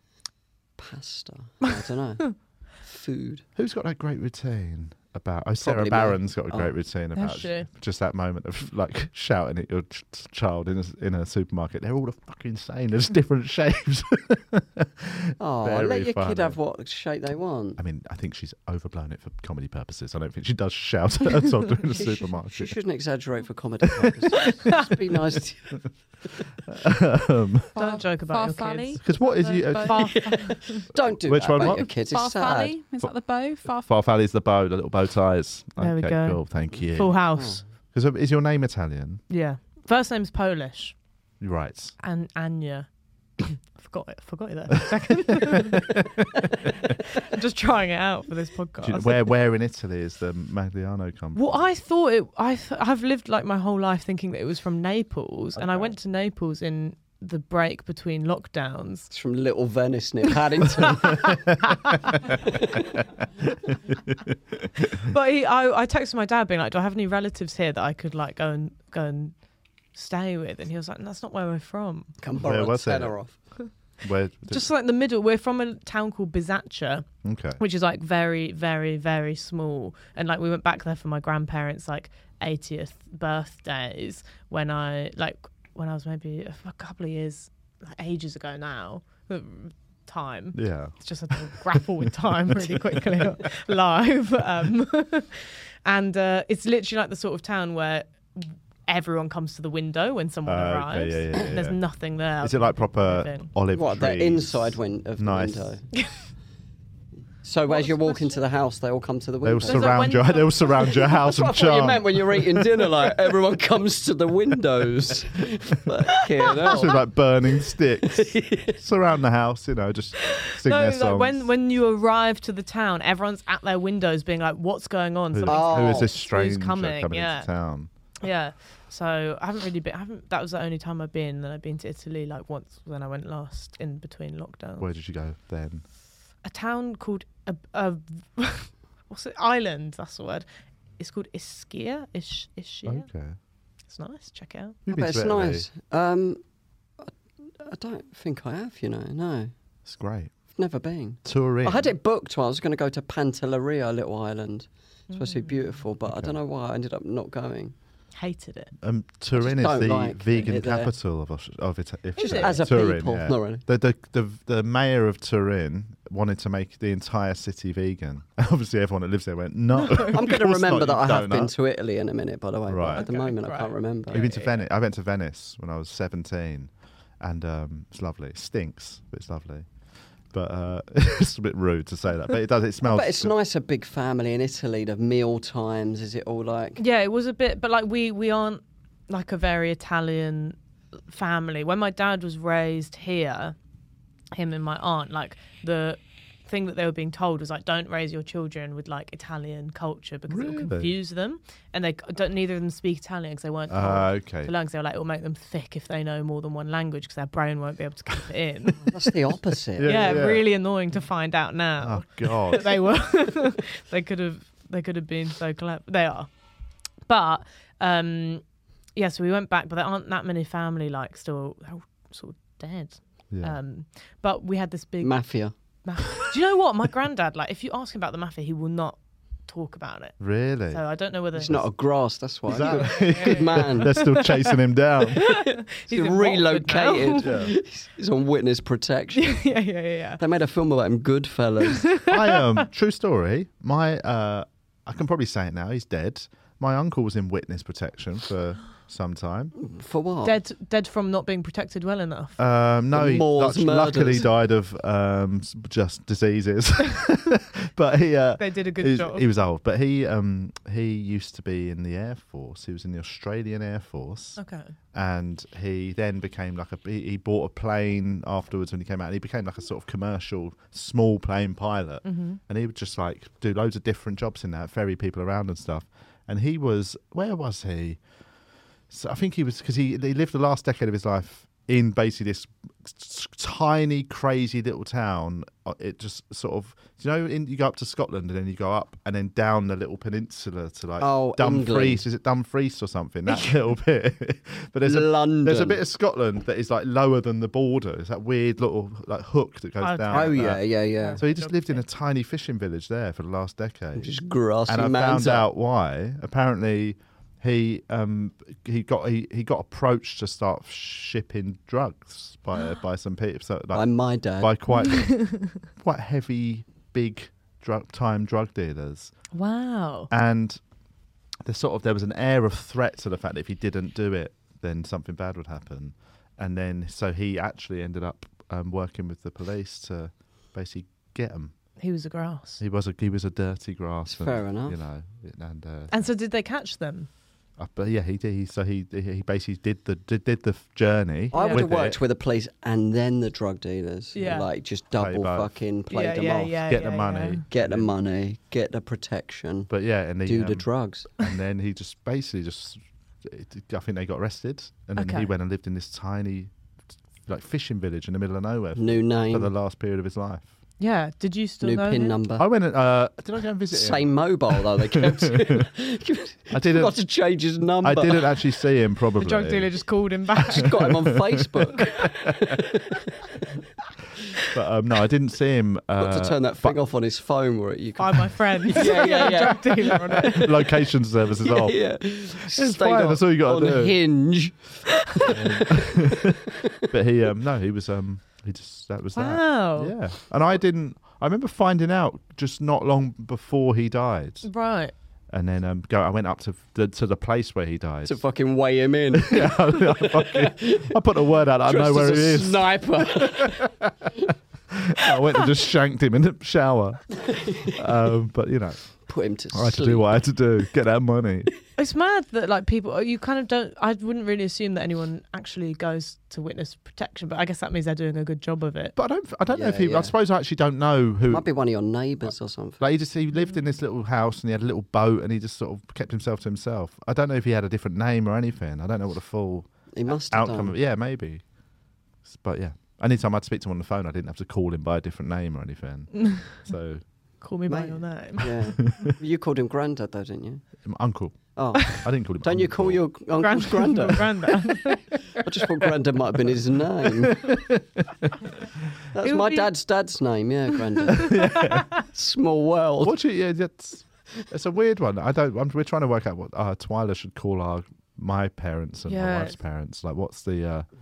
[SPEAKER 2] Pasta. I don't know. Food.
[SPEAKER 1] Who's got that great routine about? Oh, Sarah
[SPEAKER 2] Probably me.
[SPEAKER 1] Barron's got a
[SPEAKER 2] Oh.
[SPEAKER 1] great routine about
[SPEAKER 4] she?
[SPEAKER 1] just that moment of like shouting at your ch- ch- child in a, s- in a supermarket. They're all the fucking same. There's different shapes.
[SPEAKER 2] Oh,
[SPEAKER 1] Very
[SPEAKER 2] let your
[SPEAKER 1] funny.
[SPEAKER 2] kid have what shape they want.
[SPEAKER 1] I mean, I think she's overblown it for comedy purposes. I don't think she does shout at her toddler in a
[SPEAKER 2] She should- She
[SPEAKER 1] supermarket.
[SPEAKER 2] shouldn't exaggerate for comedy purposes. Just be nice to
[SPEAKER 1] Um
[SPEAKER 4] Don't joke about your
[SPEAKER 5] Farfalle?
[SPEAKER 4] kids.
[SPEAKER 1] 'cause what is you? Uh,
[SPEAKER 4] Far-
[SPEAKER 2] Don't do
[SPEAKER 1] Which
[SPEAKER 2] that.
[SPEAKER 1] one
[SPEAKER 2] about
[SPEAKER 1] what?
[SPEAKER 2] Your kids. It's sad.
[SPEAKER 5] Farfalle? Is that the bow? Farfalle?
[SPEAKER 1] Farfalle's the bow, the little bow ties.
[SPEAKER 4] There we
[SPEAKER 1] okay,
[SPEAKER 4] go.
[SPEAKER 1] cool. Thank you.
[SPEAKER 4] Full House.
[SPEAKER 2] Oh,
[SPEAKER 1] Because is your name Italian?
[SPEAKER 4] Yeah. First name's Polish
[SPEAKER 1] Right.
[SPEAKER 4] and Anya. forgot it. Forgot it there for a second. I'm just trying it out for this podcast.
[SPEAKER 1] Do you- where where in Italy is the Magliano come from?
[SPEAKER 4] Well, I thought it. I th- I've lived like my whole life thinking that it was from Naples, and I
[SPEAKER 1] Okay.
[SPEAKER 4] went to Naples in the break between lockdowns.
[SPEAKER 2] It's from Little Venice near Paddington.
[SPEAKER 4] But he, I, I texted my dad being like, "Do I have any relatives here that I could like go and go and stay with?" And he was like, "That's not where we're from.
[SPEAKER 2] Come
[SPEAKER 1] Where
[SPEAKER 2] borrow a
[SPEAKER 1] was it?
[SPEAKER 2] tenner off.
[SPEAKER 1] Where?
[SPEAKER 4] Just like the middle. We're from a town called Bizaccia,
[SPEAKER 1] okay.
[SPEAKER 4] which is like very, very, very small. And like we went back there for my grandparents' like 80th birthdays when I like when I was maybe a couple of years, like ages ago now. um, Time.
[SPEAKER 1] Yeah.
[SPEAKER 4] It's just had to grapple with time really quickly live. Um, and uh, it's literally like the sort of town where everyone comes to the window when someone
[SPEAKER 1] Oh, okay,
[SPEAKER 4] arrives.
[SPEAKER 1] yeah, yeah, yeah,
[SPEAKER 4] There's
[SPEAKER 1] yeah.
[SPEAKER 4] nothing there.
[SPEAKER 1] Is it like proper
[SPEAKER 4] Living.
[SPEAKER 1] olive
[SPEAKER 2] What, the
[SPEAKER 1] trees?
[SPEAKER 2] inside win- of
[SPEAKER 1] Nice.
[SPEAKER 2] the window. so as you walk into the house, they all come to the
[SPEAKER 1] They
[SPEAKER 2] window.
[SPEAKER 1] will
[SPEAKER 4] like when
[SPEAKER 1] surround your. They will surround your house
[SPEAKER 2] That's what I
[SPEAKER 1] and
[SPEAKER 2] thought you meant
[SPEAKER 1] charm.
[SPEAKER 2] when you're eating dinner, like everyone comes to the windows. Fucking hell.
[SPEAKER 1] Just with like burning sticks. surround the house, you know, just sing
[SPEAKER 4] no,
[SPEAKER 1] their
[SPEAKER 4] like,
[SPEAKER 1] songs.
[SPEAKER 4] when when you arrive to the town, everyone's at their windows, being like, "What's going on?"
[SPEAKER 1] who,
[SPEAKER 4] Something-
[SPEAKER 2] Oh.
[SPEAKER 1] who is this
[SPEAKER 2] who's
[SPEAKER 1] stranger
[SPEAKER 4] coming?
[SPEAKER 1] coming,
[SPEAKER 4] Yeah.
[SPEAKER 1] into town?
[SPEAKER 4] Yeah. So I haven't really been. I haven't. That was the only time I've been. And I've been to Italy like once when I went last in between lockdowns.
[SPEAKER 1] Where did you go then?
[SPEAKER 4] a town called a, a what's it island that's the word it's called ischia ish ischia
[SPEAKER 1] Okay.
[SPEAKER 4] it's nice check it out
[SPEAKER 1] You've
[SPEAKER 2] But
[SPEAKER 1] been
[SPEAKER 2] it's
[SPEAKER 1] to Italy.
[SPEAKER 2] Oh, nice. Um, I, I don't think I have, you know. No,
[SPEAKER 1] It's great.
[SPEAKER 2] I've never been.
[SPEAKER 1] Touring.
[SPEAKER 2] Oh, I had it booked. While I was going to go to Pantelleria, a little island. It's supposed to be beautiful, but I
[SPEAKER 1] Okay.
[SPEAKER 2] don't know why I ended up not going.
[SPEAKER 4] hated it
[SPEAKER 1] Um, Turin is
[SPEAKER 2] I just
[SPEAKER 1] the
[SPEAKER 2] don't like
[SPEAKER 1] vegan
[SPEAKER 2] it there.
[SPEAKER 1] capital of Aus- of it. If
[SPEAKER 2] Just
[SPEAKER 4] it?
[SPEAKER 2] as a
[SPEAKER 1] Turin,
[SPEAKER 2] people,
[SPEAKER 1] yeah.
[SPEAKER 2] not really.
[SPEAKER 1] The, the the the mayor of Turin wanted to make the entire city vegan. Obviously, everyone that lives there went no.
[SPEAKER 2] I'm going to
[SPEAKER 1] course
[SPEAKER 2] remember
[SPEAKER 1] not,
[SPEAKER 2] that
[SPEAKER 1] you
[SPEAKER 2] I have been
[SPEAKER 1] donut.
[SPEAKER 2] to Italy in a minute, by the way. but
[SPEAKER 1] Right.
[SPEAKER 2] At the
[SPEAKER 4] Okay,
[SPEAKER 2] moment,
[SPEAKER 4] right.
[SPEAKER 2] I can't remember.
[SPEAKER 1] You've been to
[SPEAKER 4] Yeah.
[SPEAKER 1] Venice. I went to Venice when I was 17, and um, it's lovely. It stinks, but it's lovely. But uh, it's a bit rude to say that. But it does. It smells.
[SPEAKER 2] But it's nice a big family in Italy. The meal times is it all like?
[SPEAKER 4] Yeah, it was a bit, but like we we aren't like a very Italian family. When my dad was raised here, him and my aunt, like the thing that they were being told was like, don't raise your children with like Italian culture because it
[SPEAKER 1] Really?
[SPEAKER 4] will confuse them, and they c- don't. Neither of them speak Italian because they weren't. told
[SPEAKER 1] Ah, okay.
[SPEAKER 4] To learn, 'cause they were like, it'll make them thick if they know more than one language because their brain won't be able to keep it in.
[SPEAKER 2] That's the opposite.
[SPEAKER 1] Yeah,
[SPEAKER 4] yeah,
[SPEAKER 1] yeah.
[SPEAKER 4] really annoying to find out now
[SPEAKER 1] Oh God.
[SPEAKER 4] that they were. they could have. They could have been so clever. They are. But um, yeah, so we went back, but there aren't that many family like still they're all sort of dead.
[SPEAKER 1] Yeah.
[SPEAKER 4] Um, but we had this big.
[SPEAKER 2] Mafia.
[SPEAKER 4] ma- Do you know what my granddad like? If you ask him about the mafia, he will not talk about it.
[SPEAKER 1] really.
[SPEAKER 4] So uh, I don't know whether
[SPEAKER 2] It's not a grass. That's why.
[SPEAKER 1] Exactly.
[SPEAKER 2] Good man.
[SPEAKER 1] They're still chasing him down.
[SPEAKER 4] he's
[SPEAKER 2] He's
[SPEAKER 4] in Watford now.
[SPEAKER 2] relocated.
[SPEAKER 1] Yeah.
[SPEAKER 2] He's on witness protection.
[SPEAKER 4] yeah, yeah, yeah, yeah.
[SPEAKER 2] They made a film about him, Goodfellas.
[SPEAKER 1] I um true story. My uh I can probably say it now, he's dead. My uncle was in witness protection for some time.
[SPEAKER 2] For
[SPEAKER 1] Oh.
[SPEAKER 2] what?
[SPEAKER 4] Dead, dead from not being protected well enough.
[SPEAKER 1] Um no
[SPEAKER 2] The
[SPEAKER 1] he
[SPEAKER 2] Moors
[SPEAKER 1] luck- luckily
[SPEAKER 2] murders.
[SPEAKER 1] died of um s- just diseases. but he uh
[SPEAKER 4] they did a good
[SPEAKER 1] he,
[SPEAKER 4] job.
[SPEAKER 1] he was old, but he um he used to be in the air force. He was in the Australian Air Force.
[SPEAKER 4] okay.
[SPEAKER 1] and he then became like a he, he bought a plane afterwards when he came out and he became like a sort of commercial small plane pilot and he would just like do loads of different jobs in that ferry people around and stuff and he was where was he so i think he was because he, he lived the last decade of his life in basically this s- tiny crazy little town Uh, it just sort of you know in, you go up to scotland and then you go up and then down the little peninsula to like
[SPEAKER 2] Oh, England.
[SPEAKER 1] dumfries is it dumfries or something that little bit but there's a
[SPEAKER 2] London.
[SPEAKER 1] there's a bit of Scotland that is like lower than the border. It's that weird little like hook that goes
[SPEAKER 4] Oh,
[SPEAKER 1] down.
[SPEAKER 2] Oh
[SPEAKER 1] like
[SPEAKER 2] yeah,
[SPEAKER 1] that.
[SPEAKER 2] yeah, yeah.
[SPEAKER 1] So he just lived in a tiny fishing village there for the last decade.
[SPEAKER 2] Just grassy
[SPEAKER 1] and I
[SPEAKER 2] mountain.
[SPEAKER 1] found out why. Apparently, he um he got he, he got approached to start shipping drugs by uh, by some people. So like
[SPEAKER 2] I'm my dad.
[SPEAKER 1] by quite quite heavy big drug time drug dealers
[SPEAKER 4] Wow.
[SPEAKER 1] and the sort of there was an air of threat to the fact that if he didn't do it, then something bad would happen. And then so he actually ended up um, working with the police to basically get him.
[SPEAKER 4] He was a grass.
[SPEAKER 1] He was a he was a dirty grass. and,
[SPEAKER 2] Fair enough.
[SPEAKER 1] You know, and uh,
[SPEAKER 4] And so, did they catch them?
[SPEAKER 1] uh, but yeah, he did. He, so he he basically did the did, did the journey.
[SPEAKER 2] I would
[SPEAKER 1] with
[SPEAKER 2] have worked
[SPEAKER 1] it,
[SPEAKER 2] with the police and then the drug dealers.
[SPEAKER 4] Yeah.
[SPEAKER 2] Like just double
[SPEAKER 1] both.
[SPEAKER 2] fucking play
[SPEAKER 4] yeah,
[SPEAKER 2] them
[SPEAKER 4] yeah,
[SPEAKER 2] off.
[SPEAKER 4] yeah,
[SPEAKER 1] get
[SPEAKER 4] yeah,
[SPEAKER 1] the money,
[SPEAKER 2] Get the money, get the protection,
[SPEAKER 1] But yeah, and he,
[SPEAKER 2] do the
[SPEAKER 1] um,
[SPEAKER 2] drugs.
[SPEAKER 1] and then he just basically just I think they got arrested, and then
[SPEAKER 4] Okay.
[SPEAKER 1] he went and lived in this tiny like fishing village in the middle of nowhere
[SPEAKER 2] New
[SPEAKER 1] for the
[SPEAKER 2] name,
[SPEAKER 1] last period of his life.
[SPEAKER 4] Yeah. Did you still
[SPEAKER 2] new
[SPEAKER 4] know
[SPEAKER 2] pin
[SPEAKER 4] him?
[SPEAKER 2] number.
[SPEAKER 1] I went. And, uh, did I go and visit him?
[SPEAKER 2] Same mobile though. They kept.
[SPEAKER 1] I
[SPEAKER 2] Got
[SPEAKER 1] didn't.
[SPEAKER 2] to change his number.
[SPEAKER 1] I didn't actually see him. Probably.
[SPEAKER 4] The drug dealer just called him back.
[SPEAKER 2] Just got him on Facebook.
[SPEAKER 1] But um, no, I didn't see him. Uh,
[SPEAKER 2] got to turn that thing off on his phone where you can.
[SPEAKER 4] by my friend.
[SPEAKER 2] Yeah, yeah, yeah.
[SPEAKER 4] drug dealer on it.
[SPEAKER 1] location services
[SPEAKER 2] yeah,
[SPEAKER 1] off.
[SPEAKER 2] yeah. Stayed
[SPEAKER 1] fine,
[SPEAKER 2] on-
[SPEAKER 1] that's all you gotta
[SPEAKER 2] on
[SPEAKER 1] do.
[SPEAKER 2] Hinge.
[SPEAKER 1] But he. Um, no, he was. Um, he just. That was
[SPEAKER 4] Wow.
[SPEAKER 1] that. Yeah. And I didn't. I remember finding out just not long before he died,
[SPEAKER 4] Right.
[SPEAKER 1] and then um, go. I went up to the to the place where he died.
[SPEAKER 2] To fucking weigh him in.
[SPEAKER 1] yeah, I, fucking- I put a word out. that I know
[SPEAKER 2] Dressed
[SPEAKER 1] where he
[SPEAKER 2] as a
[SPEAKER 1] is.
[SPEAKER 2] Sniper.
[SPEAKER 1] I went and just shanked him in the shower. um, but you know,
[SPEAKER 2] Put him to
[SPEAKER 1] I had to
[SPEAKER 2] sleep.
[SPEAKER 1] do what I had to do. Get that money.
[SPEAKER 4] It's mad that like people oh, you kind of don't I wouldn't really assume that anyone actually goes to witness protection, but I guess that means they're doing a good job of it.
[SPEAKER 1] But I don't. I don't know
[SPEAKER 2] Yeah,
[SPEAKER 1] if he.
[SPEAKER 2] yeah.
[SPEAKER 1] I suppose I actually don't know who.
[SPEAKER 2] Might be one of your neighbours or something.
[SPEAKER 1] Like he just he lived in this little house and he had a little boat and he just sort of kept himself to himself. I don't know if he had a different name or anything. I don't know what the full
[SPEAKER 2] He must have
[SPEAKER 1] outcome.
[SPEAKER 2] done.
[SPEAKER 1] Of, yeah, maybe. S- But yeah, anytime I'd speak to him on the phone, I didn't have to call him by a different name or anything. so
[SPEAKER 4] Call me
[SPEAKER 2] Mate.
[SPEAKER 4] by your name.
[SPEAKER 2] Yeah. you called him granddad though, didn't you?
[SPEAKER 1] my uncle,
[SPEAKER 2] Oh,
[SPEAKER 1] I didn't call him.
[SPEAKER 2] don't you call
[SPEAKER 1] uncle.
[SPEAKER 2] your uncle's granddad?
[SPEAKER 4] Granda.
[SPEAKER 2] I just thought granddad might have been his name. That's
[SPEAKER 4] It would
[SPEAKER 2] my
[SPEAKER 4] be-
[SPEAKER 2] dad's dad's name, yeah, granddad. Small world.
[SPEAKER 1] What you? Yeah, that's it's a weird one. I don't. I'm, we're trying to work out what uh, Twyla should call our my parents and my
[SPEAKER 4] Yeah,
[SPEAKER 1] wife's
[SPEAKER 4] it's-
[SPEAKER 1] parents. Like, what's the? uh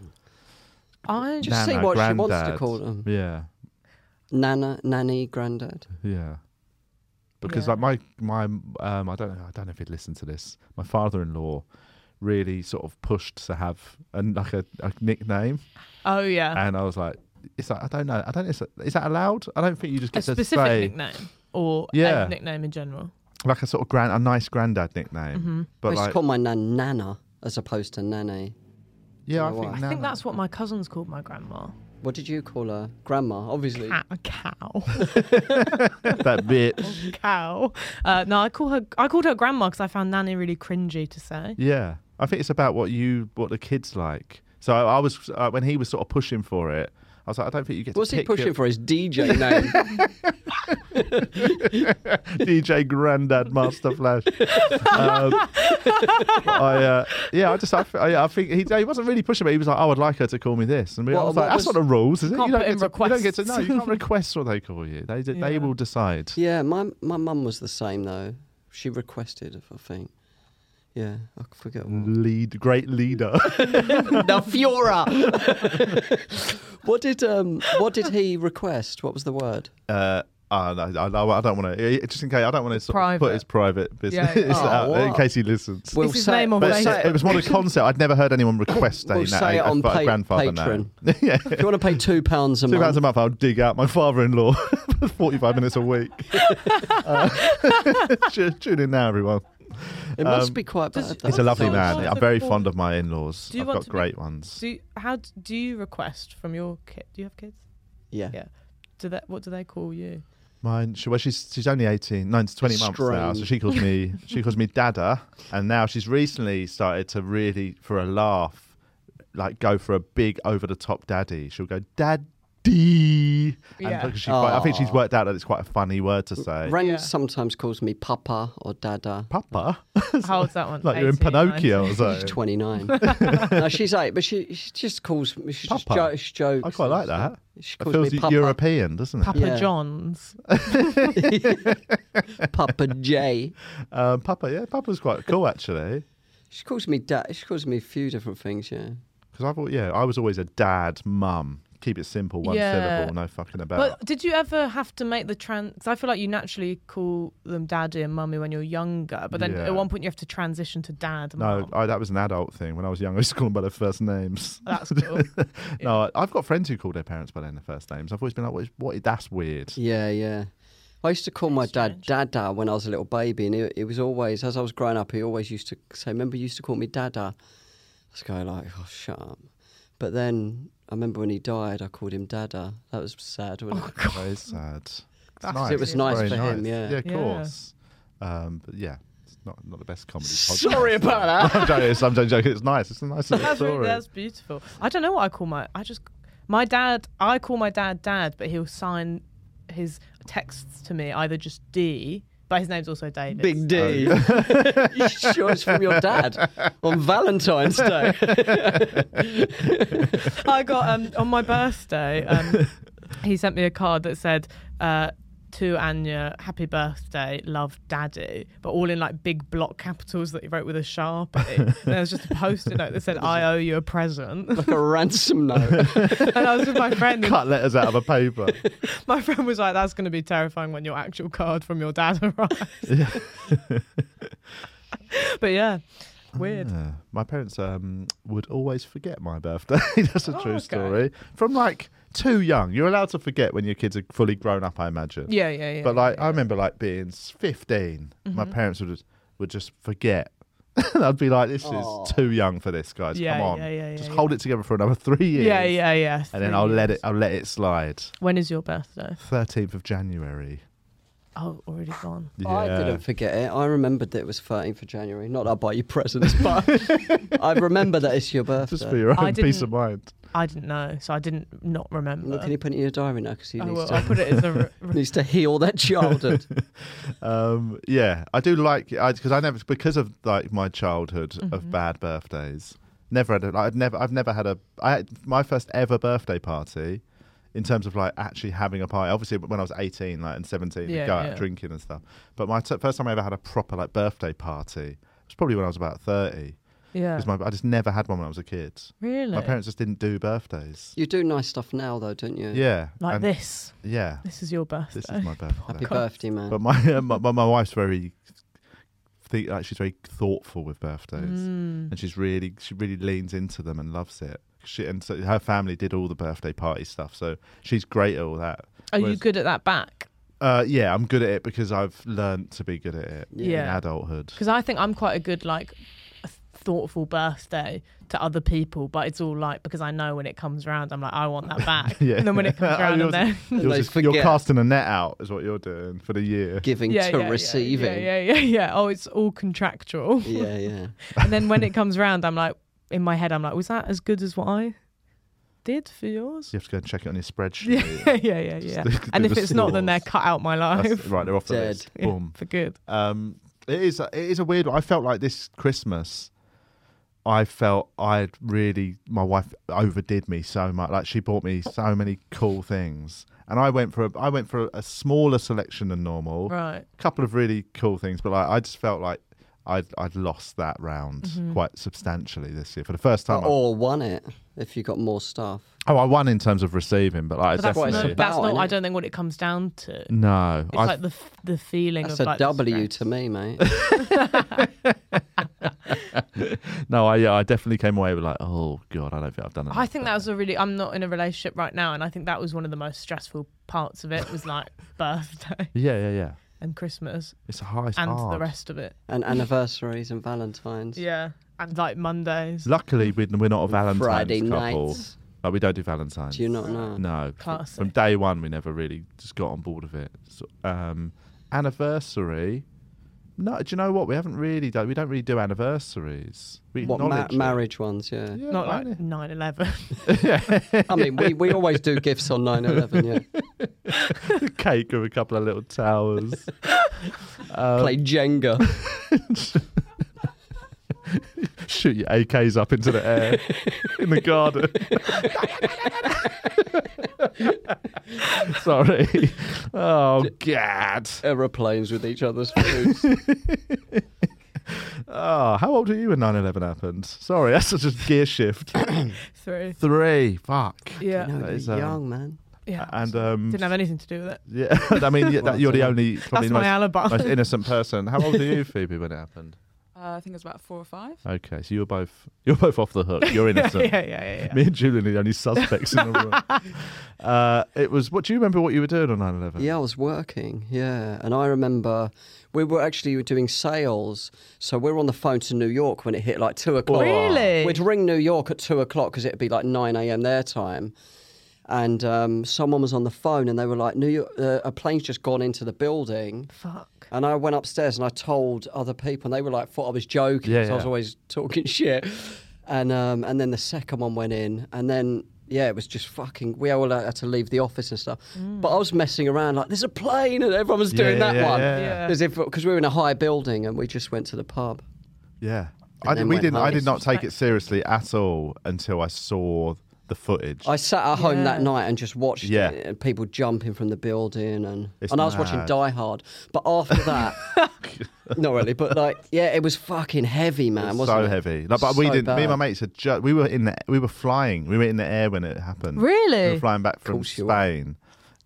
[SPEAKER 4] I
[SPEAKER 2] Just
[SPEAKER 1] Nana,
[SPEAKER 2] say what she wants to
[SPEAKER 1] granddad.
[SPEAKER 2] call them.
[SPEAKER 1] Yeah.
[SPEAKER 2] Nana, nanny, granddad.
[SPEAKER 1] Yeah. Because
[SPEAKER 4] Yeah.
[SPEAKER 1] like my my um I don't know I don't know if he'd listen to this. My father in law really sort of pushed to have a like a, a nickname
[SPEAKER 4] Oh yeah.
[SPEAKER 1] Uh, and I was like it's like I don't know. I don't. Is, is that allowed? I don't think you just
[SPEAKER 4] A
[SPEAKER 1] get to
[SPEAKER 4] specific
[SPEAKER 1] say
[SPEAKER 4] nickname or
[SPEAKER 1] Yeah.
[SPEAKER 4] a nickname in general.
[SPEAKER 1] like a sort of grand, a nice granddad nickname.
[SPEAKER 4] hmm
[SPEAKER 1] But
[SPEAKER 2] I used to
[SPEAKER 1] like,
[SPEAKER 2] call my nan Nana as opposed to Nanny.
[SPEAKER 1] yeah, I
[SPEAKER 2] Well,
[SPEAKER 1] think,
[SPEAKER 2] I
[SPEAKER 4] I think
[SPEAKER 1] Nana-
[SPEAKER 4] that's what my cousins called my grandma.
[SPEAKER 2] What did you call her? Grandma, obviously.
[SPEAKER 4] Cat, cow,
[SPEAKER 1] that bitch.
[SPEAKER 4] cow. Uh, no, I call her. I called her grandma because I found nanny really cringy to say.
[SPEAKER 1] Yeah, I think it's about what you, what the kids like. So I, I was uh, when he was sort of pushing for it. I was like, I don't think you get.
[SPEAKER 2] What's
[SPEAKER 1] to
[SPEAKER 2] he
[SPEAKER 1] pick
[SPEAKER 2] pushing
[SPEAKER 1] your
[SPEAKER 2] for? His DJ name.
[SPEAKER 1] DJ Grandad Master Flash. um, I, uh, yeah, I just, I, th- I, I think he, he wasn't really pushing, but he was like, "I would like her to call me this," and we, I
[SPEAKER 2] What-
[SPEAKER 1] was like,
[SPEAKER 2] what
[SPEAKER 1] "That's
[SPEAKER 2] was-
[SPEAKER 1] not the rules, is it?
[SPEAKER 4] can't
[SPEAKER 1] you don't
[SPEAKER 4] put
[SPEAKER 1] get
[SPEAKER 4] in
[SPEAKER 1] to, you don't get to, no,
[SPEAKER 4] requests."
[SPEAKER 1] you can't request what they call you. They, d- they
[SPEAKER 4] Yeah.
[SPEAKER 1] will decide."
[SPEAKER 2] yeah, my my mum was the same though. She requested, it, I think. Yeah, I forget. What.
[SPEAKER 1] Lead, great leader.
[SPEAKER 2] the Fiora. what did um What did he request? What was the word?
[SPEAKER 1] uh, I, don't know, I, don't- I don't want to. Just in case, I don't want to sort of put
[SPEAKER 4] Private.
[SPEAKER 1] his private business
[SPEAKER 4] Yeah, yeah.
[SPEAKER 2] Oh,
[SPEAKER 1] out there in
[SPEAKER 2] what?
[SPEAKER 1] case he listens.
[SPEAKER 2] We'll
[SPEAKER 4] Is his
[SPEAKER 2] say-
[SPEAKER 4] name on
[SPEAKER 1] But
[SPEAKER 4] Facebook?
[SPEAKER 1] it, it was more a concept. I'd never heard anyone request
[SPEAKER 2] We'll
[SPEAKER 1] saying that
[SPEAKER 2] say it
[SPEAKER 1] a- a
[SPEAKER 2] on
[SPEAKER 1] fa-
[SPEAKER 2] pa-
[SPEAKER 1] grandfather
[SPEAKER 2] Patreon.
[SPEAKER 1] name. yeah.
[SPEAKER 2] If you want to pay two pounds a
[SPEAKER 1] Two pounds
[SPEAKER 2] month,
[SPEAKER 1] a month, I'll dig out my father-in-law for 45 minutes a week. Uh, tu- tune in now, everyone.
[SPEAKER 2] it must
[SPEAKER 1] um,
[SPEAKER 2] be quite
[SPEAKER 4] Does-
[SPEAKER 2] bad. Though.
[SPEAKER 1] He's a lovely
[SPEAKER 4] So
[SPEAKER 1] man.
[SPEAKER 4] nice.
[SPEAKER 1] I'm very fond of my in-laws.
[SPEAKER 4] Do you
[SPEAKER 1] I've
[SPEAKER 4] want
[SPEAKER 1] got
[SPEAKER 4] to be-
[SPEAKER 1] great ones.
[SPEAKER 4] Do you, how d- do you request from your kid? Do you have kids?
[SPEAKER 2] Yeah.
[SPEAKER 4] Yeah. Do that? What do they call you?
[SPEAKER 1] Mine. She, well, she's she's only 18, no, it's 20 months now. So
[SPEAKER 2] Strange.
[SPEAKER 1] she calls me she calls me Dada, and now she's recently started to really for a laugh, like go for a big over the top daddy. She'll go daddy,
[SPEAKER 4] Yeah.
[SPEAKER 1] and she, I think she's
[SPEAKER 2] Aw.
[SPEAKER 1] worked out that it's quite a funny word to say.
[SPEAKER 2] Ren
[SPEAKER 4] Yeah.
[SPEAKER 2] sometimes calls me Papa or Dada.
[SPEAKER 1] Papa,
[SPEAKER 4] How old's that one?
[SPEAKER 1] like you're in
[SPEAKER 4] 18,
[SPEAKER 1] Pinocchio or
[SPEAKER 4] 19?
[SPEAKER 1] something.
[SPEAKER 2] She's 29. no, she's eight, but she, she just calls me. She just
[SPEAKER 1] Papa.
[SPEAKER 2] jo- she jokes.
[SPEAKER 1] I quite like that.
[SPEAKER 2] She
[SPEAKER 1] It
[SPEAKER 2] calls
[SPEAKER 1] feels
[SPEAKER 2] me Papa,
[SPEAKER 1] European, doesn't it?
[SPEAKER 4] Papa
[SPEAKER 2] Yeah.
[SPEAKER 4] John's.
[SPEAKER 2] Papa J.
[SPEAKER 1] Um, Papa, yeah, Papa's quite cool actually.
[SPEAKER 2] She calls me Dad. She calls me a few different things. Yeah.
[SPEAKER 1] Because I've al- yeah, I was always a dad, mum. Keep it simple, one
[SPEAKER 4] Yeah.
[SPEAKER 1] syllable, no fucking about.
[SPEAKER 4] But did you ever have to make the trans? Because I feel like you naturally call them daddy and mummy when you're younger, but then
[SPEAKER 1] Yeah.
[SPEAKER 4] at one point you have to transition to dad. And
[SPEAKER 1] No,
[SPEAKER 4] mum.
[SPEAKER 1] I, that was an adult thing. When I was young, I used to call them by their first names.
[SPEAKER 4] that's cool.
[SPEAKER 1] No, I, I've got friends who call their parents by their first names. I've always been like, what? Is, what is- that's weird.
[SPEAKER 2] Yeah, yeah. I used to call my dad Dada when I was a little baby, and it, it was always, as I was growing up, he always used to say, Remember, you used to call me Dada? I was going, like, Oh, shut up. But then I remember when he died, I called him Dada. That was sad. Wasn't it?
[SPEAKER 1] That is sad. It's
[SPEAKER 4] That's-
[SPEAKER 1] nice.
[SPEAKER 4] It was
[SPEAKER 1] It's
[SPEAKER 2] nice
[SPEAKER 1] very
[SPEAKER 2] for him,
[SPEAKER 1] nice.
[SPEAKER 2] yeah.
[SPEAKER 1] Yeah, of
[SPEAKER 4] Yeah.
[SPEAKER 1] course. Um, but yeah, it's not, not the best comedy podcast.
[SPEAKER 2] Sorry about that.
[SPEAKER 1] I'm joking. it's- I'm joking. It's nice. It's a nice little
[SPEAKER 4] that's, really,
[SPEAKER 1] story.
[SPEAKER 4] that's beautiful. I don't know what I call my. I just my dad. I call my dad dad, but he'll sign his texts to me either just D, but his name's also David.
[SPEAKER 2] Big D. you sure it's from your dad on Valentine's Day?
[SPEAKER 4] I got um, on my birthday. Um, he sent me a card that said uh, to Anya, "Happy birthday, love, Daddy," but all in like big block capitals that he wrote with a sharpie. and there was just a post-it note that said, "I owe you a present,"
[SPEAKER 2] like a ransom note.
[SPEAKER 4] and I was with my friend. And
[SPEAKER 1] Cut letters out of a paper.
[SPEAKER 4] my friend was like, "That's going to be terrifying when your actual card from your dad arrives." but yeah, weird.
[SPEAKER 1] Yeah. My parents um, would always forget my birthday. That's a
[SPEAKER 4] Oh,
[SPEAKER 1] true
[SPEAKER 4] okay.
[SPEAKER 1] story. From like too young. You're allowed to forget when your kids are fully grown up, I imagine.
[SPEAKER 4] Yeah, yeah, yeah. Mm-hmm.
[SPEAKER 1] But like, I remember like being 15. My parents would just, would just forget. and I'd be like, "This
[SPEAKER 2] Aw.
[SPEAKER 1] is too young for this, guys.
[SPEAKER 4] Yeah,
[SPEAKER 1] Come on,
[SPEAKER 4] yeah, yeah, yeah,
[SPEAKER 1] just
[SPEAKER 4] yeah.
[SPEAKER 1] hold it together for another three years.
[SPEAKER 4] yeah, yeah, yeah.
[SPEAKER 1] And then
[SPEAKER 4] Three
[SPEAKER 1] I'll let
[SPEAKER 4] years.
[SPEAKER 1] it. I'll let it slide.
[SPEAKER 4] When is your birthday?
[SPEAKER 1] Thirteenth of January.
[SPEAKER 4] Oh, already gone.
[SPEAKER 2] I
[SPEAKER 1] Yeah.
[SPEAKER 2] didn't forget it. I remembered that it was 13th of January. Not that I buy you presents, but I remember that it's your birthday.
[SPEAKER 1] Just for your
[SPEAKER 4] I
[SPEAKER 1] own peace of
[SPEAKER 4] didn't-
[SPEAKER 1] mind.
[SPEAKER 4] I didn't know, so I didn't not remember.
[SPEAKER 2] Look, Can you put it in your diary now?
[SPEAKER 1] Oh,
[SPEAKER 2] Because he
[SPEAKER 4] I
[SPEAKER 2] needs,
[SPEAKER 4] will.
[SPEAKER 2] to,
[SPEAKER 4] I'll put it as a. re- re-
[SPEAKER 2] needs to heal that childhood.
[SPEAKER 1] Um, yeah, I do like I because I never because of like my childhood
[SPEAKER 4] Mm-hmm.
[SPEAKER 1] of bad birthdays. Never had. A, like, I'd never. I've never had a. I had my first ever birthday party, in terms of like actually having a party. Obviously, when I was eighteen, like and seventeen,
[SPEAKER 4] Yeah,
[SPEAKER 1] we'd go out
[SPEAKER 4] yeah.
[SPEAKER 1] drinking and stuff. But my t- first time I ever had a proper like birthday party was probably when I was about thirty.
[SPEAKER 4] yeah.
[SPEAKER 1] Because my I just never had one when I was a kid.
[SPEAKER 4] really.
[SPEAKER 1] My parents just didn't do birthdays.
[SPEAKER 2] You do nice stuff now, though, don't you?
[SPEAKER 1] Yeah.
[SPEAKER 4] like
[SPEAKER 1] and-
[SPEAKER 4] this.
[SPEAKER 1] Yeah.
[SPEAKER 4] This is your birthday.
[SPEAKER 1] This is my birthday.
[SPEAKER 2] Happy birthday, man.
[SPEAKER 1] But my uh, my, my my wife's very think like she's very thoughtful with birthdays,
[SPEAKER 4] Mm.
[SPEAKER 1] and she's really she really leans into them and loves it. She and so her family did all the birthday party stuff, so she's great at all that.
[SPEAKER 4] Are you
[SPEAKER 1] Whereas-
[SPEAKER 4] good at that back?
[SPEAKER 1] Uh, yeah, I'm good at it because I've learned to be good at it in
[SPEAKER 4] Yeah.
[SPEAKER 1] adulthood.
[SPEAKER 4] Because I think I'm quite a good like a thoughtful birthday to other people, but it's all like because I know when it comes round, I'm like I want that back.
[SPEAKER 1] Yeah.
[SPEAKER 4] And then when it comes
[SPEAKER 1] Oh,
[SPEAKER 4] round,
[SPEAKER 1] yours-
[SPEAKER 4] and then
[SPEAKER 1] You're,
[SPEAKER 2] They
[SPEAKER 1] just, you're
[SPEAKER 2] forget.
[SPEAKER 1] casting a net out, is what you're doing for the year.
[SPEAKER 2] Giving
[SPEAKER 4] yeah,
[SPEAKER 2] to
[SPEAKER 4] yeah,
[SPEAKER 2] receiving.
[SPEAKER 4] Yeah, yeah, yeah, yeah. Oh, it's all contractual.
[SPEAKER 2] yeah, yeah.
[SPEAKER 4] and then when it comes round, I'm like in my head, I'm like, was that as good as what I did for yours?
[SPEAKER 1] You have to go and check it on your
[SPEAKER 4] Yeah,
[SPEAKER 1] spreadsheet.
[SPEAKER 4] yeah, yeah, yeah.
[SPEAKER 1] Just do
[SPEAKER 4] And if
[SPEAKER 1] the
[SPEAKER 4] it's not, then they're
[SPEAKER 1] scores.
[SPEAKER 4] cut out my
[SPEAKER 1] That's-
[SPEAKER 4] life
[SPEAKER 1] right, they're off the
[SPEAKER 2] Dead.
[SPEAKER 1] list.
[SPEAKER 4] Yeah,
[SPEAKER 1] Boom.
[SPEAKER 4] for good.
[SPEAKER 1] Um, it is. It is a weird. one. I felt like this Christmas, I felt I'd really my wife overdid me so much. Like she bought me so many cool things, and I went for a I went for a, a smaller selection than normal.
[SPEAKER 4] Right.
[SPEAKER 1] couple of really cool things, but like I just felt like I'd I'd lost that round
[SPEAKER 4] Mm-hmm.
[SPEAKER 1] quite substantially this year for the first time. I-
[SPEAKER 2] Or won it if you got more stuff.
[SPEAKER 1] oh, I won in terms of receiving, but like
[SPEAKER 4] But
[SPEAKER 1] I
[SPEAKER 4] that's
[SPEAKER 2] what it's
[SPEAKER 4] not,
[SPEAKER 1] definitely
[SPEAKER 2] about,
[SPEAKER 4] that's not
[SPEAKER 2] innit?
[SPEAKER 4] I don't think what it comes down to. It's
[SPEAKER 1] no. I
[SPEAKER 4] like the f- the feeling
[SPEAKER 2] That's
[SPEAKER 4] of
[SPEAKER 2] a
[SPEAKER 4] like the
[SPEAKER 2] W
[SPEAKER 4] stress.
[SPEAKER 2] to me, mate.
[SPEAKER 1] no, I yeah, I definitely came away with like, oh god, I don't think I've done it.
[SPEAKER 4] I think that was a really. I'm not in a relationship right now, and I think that was one of the most stressful parts of it. Was like birthday
[SPEAKER 1] Yeah, yeah, yeah.
[SPEAKER 4] and Christmas
[SPEAKER 1] It's a high. It's
[SPEAKER 4] and the
[SPEAKER 1] hard.
[SPEAKER 4] rest of it.
[SPEAKER 2] and anniversaries and Valentine's.
[SPEAKER 4] Yeah, and like Mondays.
[SPEAKER 1] Luckily, we- we're not a Valentine's uh,
[SPEAKER 2] Friday
[SPEAKER 1] couple.
[SPEAKER 2] nights.
[SPEAKER 1] Like, we don't do Valentine's.
[SPEAKER 2] Do you not know?
[SPEAKER 1] No.
[SPEAKER 4] Classic.
[SPEAKER 1] From day one, we never really just got on board with it. So, um, anniversary. No, do you know what? We haven't really done. We don't really do anniversaries. We
[SPEAKER 2] What ma-
[SPEAKER 1] acknowledge it.
[SPEAKER 2] marriage ones? Yeah.
[SPEAKER 1] Yeah,
[SPEAKER 4] not
[SPEAKER 1] like-
[SPEAKER 4] like 9/11.
[SPEAKER 2] I mean, we, we always do gifts on 9/11. Yeah.
[SPEAKER 1] cake with a couple of little towers. Um,
[SPEAKER 2] Play Jenga.
[SPEAKER 1] shoot your AKs up into the air in the garden. Sorry. Oh God.
[SPEAKER 2] Aeroplanes with each other's food.
[SPEAKER 1] Oh, how old were you when 9/11 happened? Sorry, that's such a gear shift.
[SPEAKER 4] Three.
[SPEAKER 1] Three. Fuck.
[SPEAKER 4] Yeah,
[SPEAKER 2] No,
[SPEAKER 1] That is,
[SPEAKER 2] you're
[SPEAKER 1] um,
[SPEAKER 2] young man.
[SPEAKER 4] yeah.
[SPEAKER 1] And um,
[SPEAKER 4] Didn't have anything to do with it.
[SPEAKER 1] yeah, I mean yeah, that, you're the
[SPEAKER 2] Well,
[SPEAKER 1] only
[SPEAKER 4] That's
[SPEAKER 1] probably the
[SPEAKER 4] my
[SPEAKER 1] most,
[SPEAKER 4] alibi.
[SPEAKER 1] most innocent person. How old were you, Phoebe, when it happened?
[SPEAKER 5] Uh, I think it was about four or five.
[SPEAKER 1] Okay, so you're both you're both off the hook. You're
[SPEAKER 4] yeah,
[SPEAKER 1] innocent.
[SPEAKER 4] yeah, yeah, yeah.
[SPEAKER 1] Me and Julian are the only suspects in the room. Uh, it was. What do you remember? What you were doing on 9/11?
[SPEAKER 2] Yeah, I was working. Yeah, and I remember we were actually doing sales, so we were on the phone to New York when it hit like two o'clock.
[SPEAKER 4] Really?
[SPEAKER 2] We'd ring New York at two o'clock because it'd be like nine a.m. their time. And um, someone was on the phone, and they were like, "New York, uh, a plane's just gone into the building."
[SPEAKER 4] Fuck.
[SPEAKER 2] And I went upstairs and I told other people, and they were like, thought I was joking.
[SPEAKER 1] Yeah,
[SPEAKER 2] 'cause I was
[SPEAKER 1] yeah.
[SPEAKER 2] always talking shit. And um, and then the second one went in, and then yeah, it was just fucking. We all had to leave the office and stuff.
[SPEAKER 4] Mm.
[SPEAKER 2] But I was messing around like, there's a plane, and everyone was doing
[SPEAKER 1] Yeah,
[SPEAKER 2] that
[SPEAKER 1] yeah,
[SPEAKER 2] one.
[SPEAKER 1] yeah.
[SPEAKER 4] Yeah.
[SPEAKER 2] As if because we were in a high building and we just went to the pub.
[SPEAKER 1] Yeah. I
[SPEAKER 2] then
[SPEAKER 1] did, we
[SPEAKER 2] went
[SPEAKER 1] didn't. I
[SPEAKER 2] home.
[SPEAKER 1] did not take it seriously at all until I saw the footage.
[SPEAKER 2] I sat at home that
[SPEAKER 4] Yeah.
[SPEAKER 2] night and just watched
[SPEAKER 1] Yeah.
[SPEAKER 2] it, and people jumping from the building, and
[SPEAKER 1] It's
[SPEAKER 2] and I was watching
[SPEAKER 1] mad.
[SPEAKER 2] Die Hard. But after that, not really. But like, yeah, it was fucking heavy, man.
[SPEAKER 1] It was
[SPEAKER 2] wasn't
[SPEAKER 1] so
[SPEAKER 2] it?
[SPEAKER 1] heavy. Like, but we
[SPEAKER 2] So
[SPEAKER 1] didn't. Me and my
[SPEAKER 2] bad.
[SPEAKER 1] mates had ju- we were in the we were flying. We were in the air when it happened. We were
[SPEAKER 4] Really?
[SPEAKER 1] flying back from
[SPEAKER 2] course you were.
[SPEAKER 1] Spain,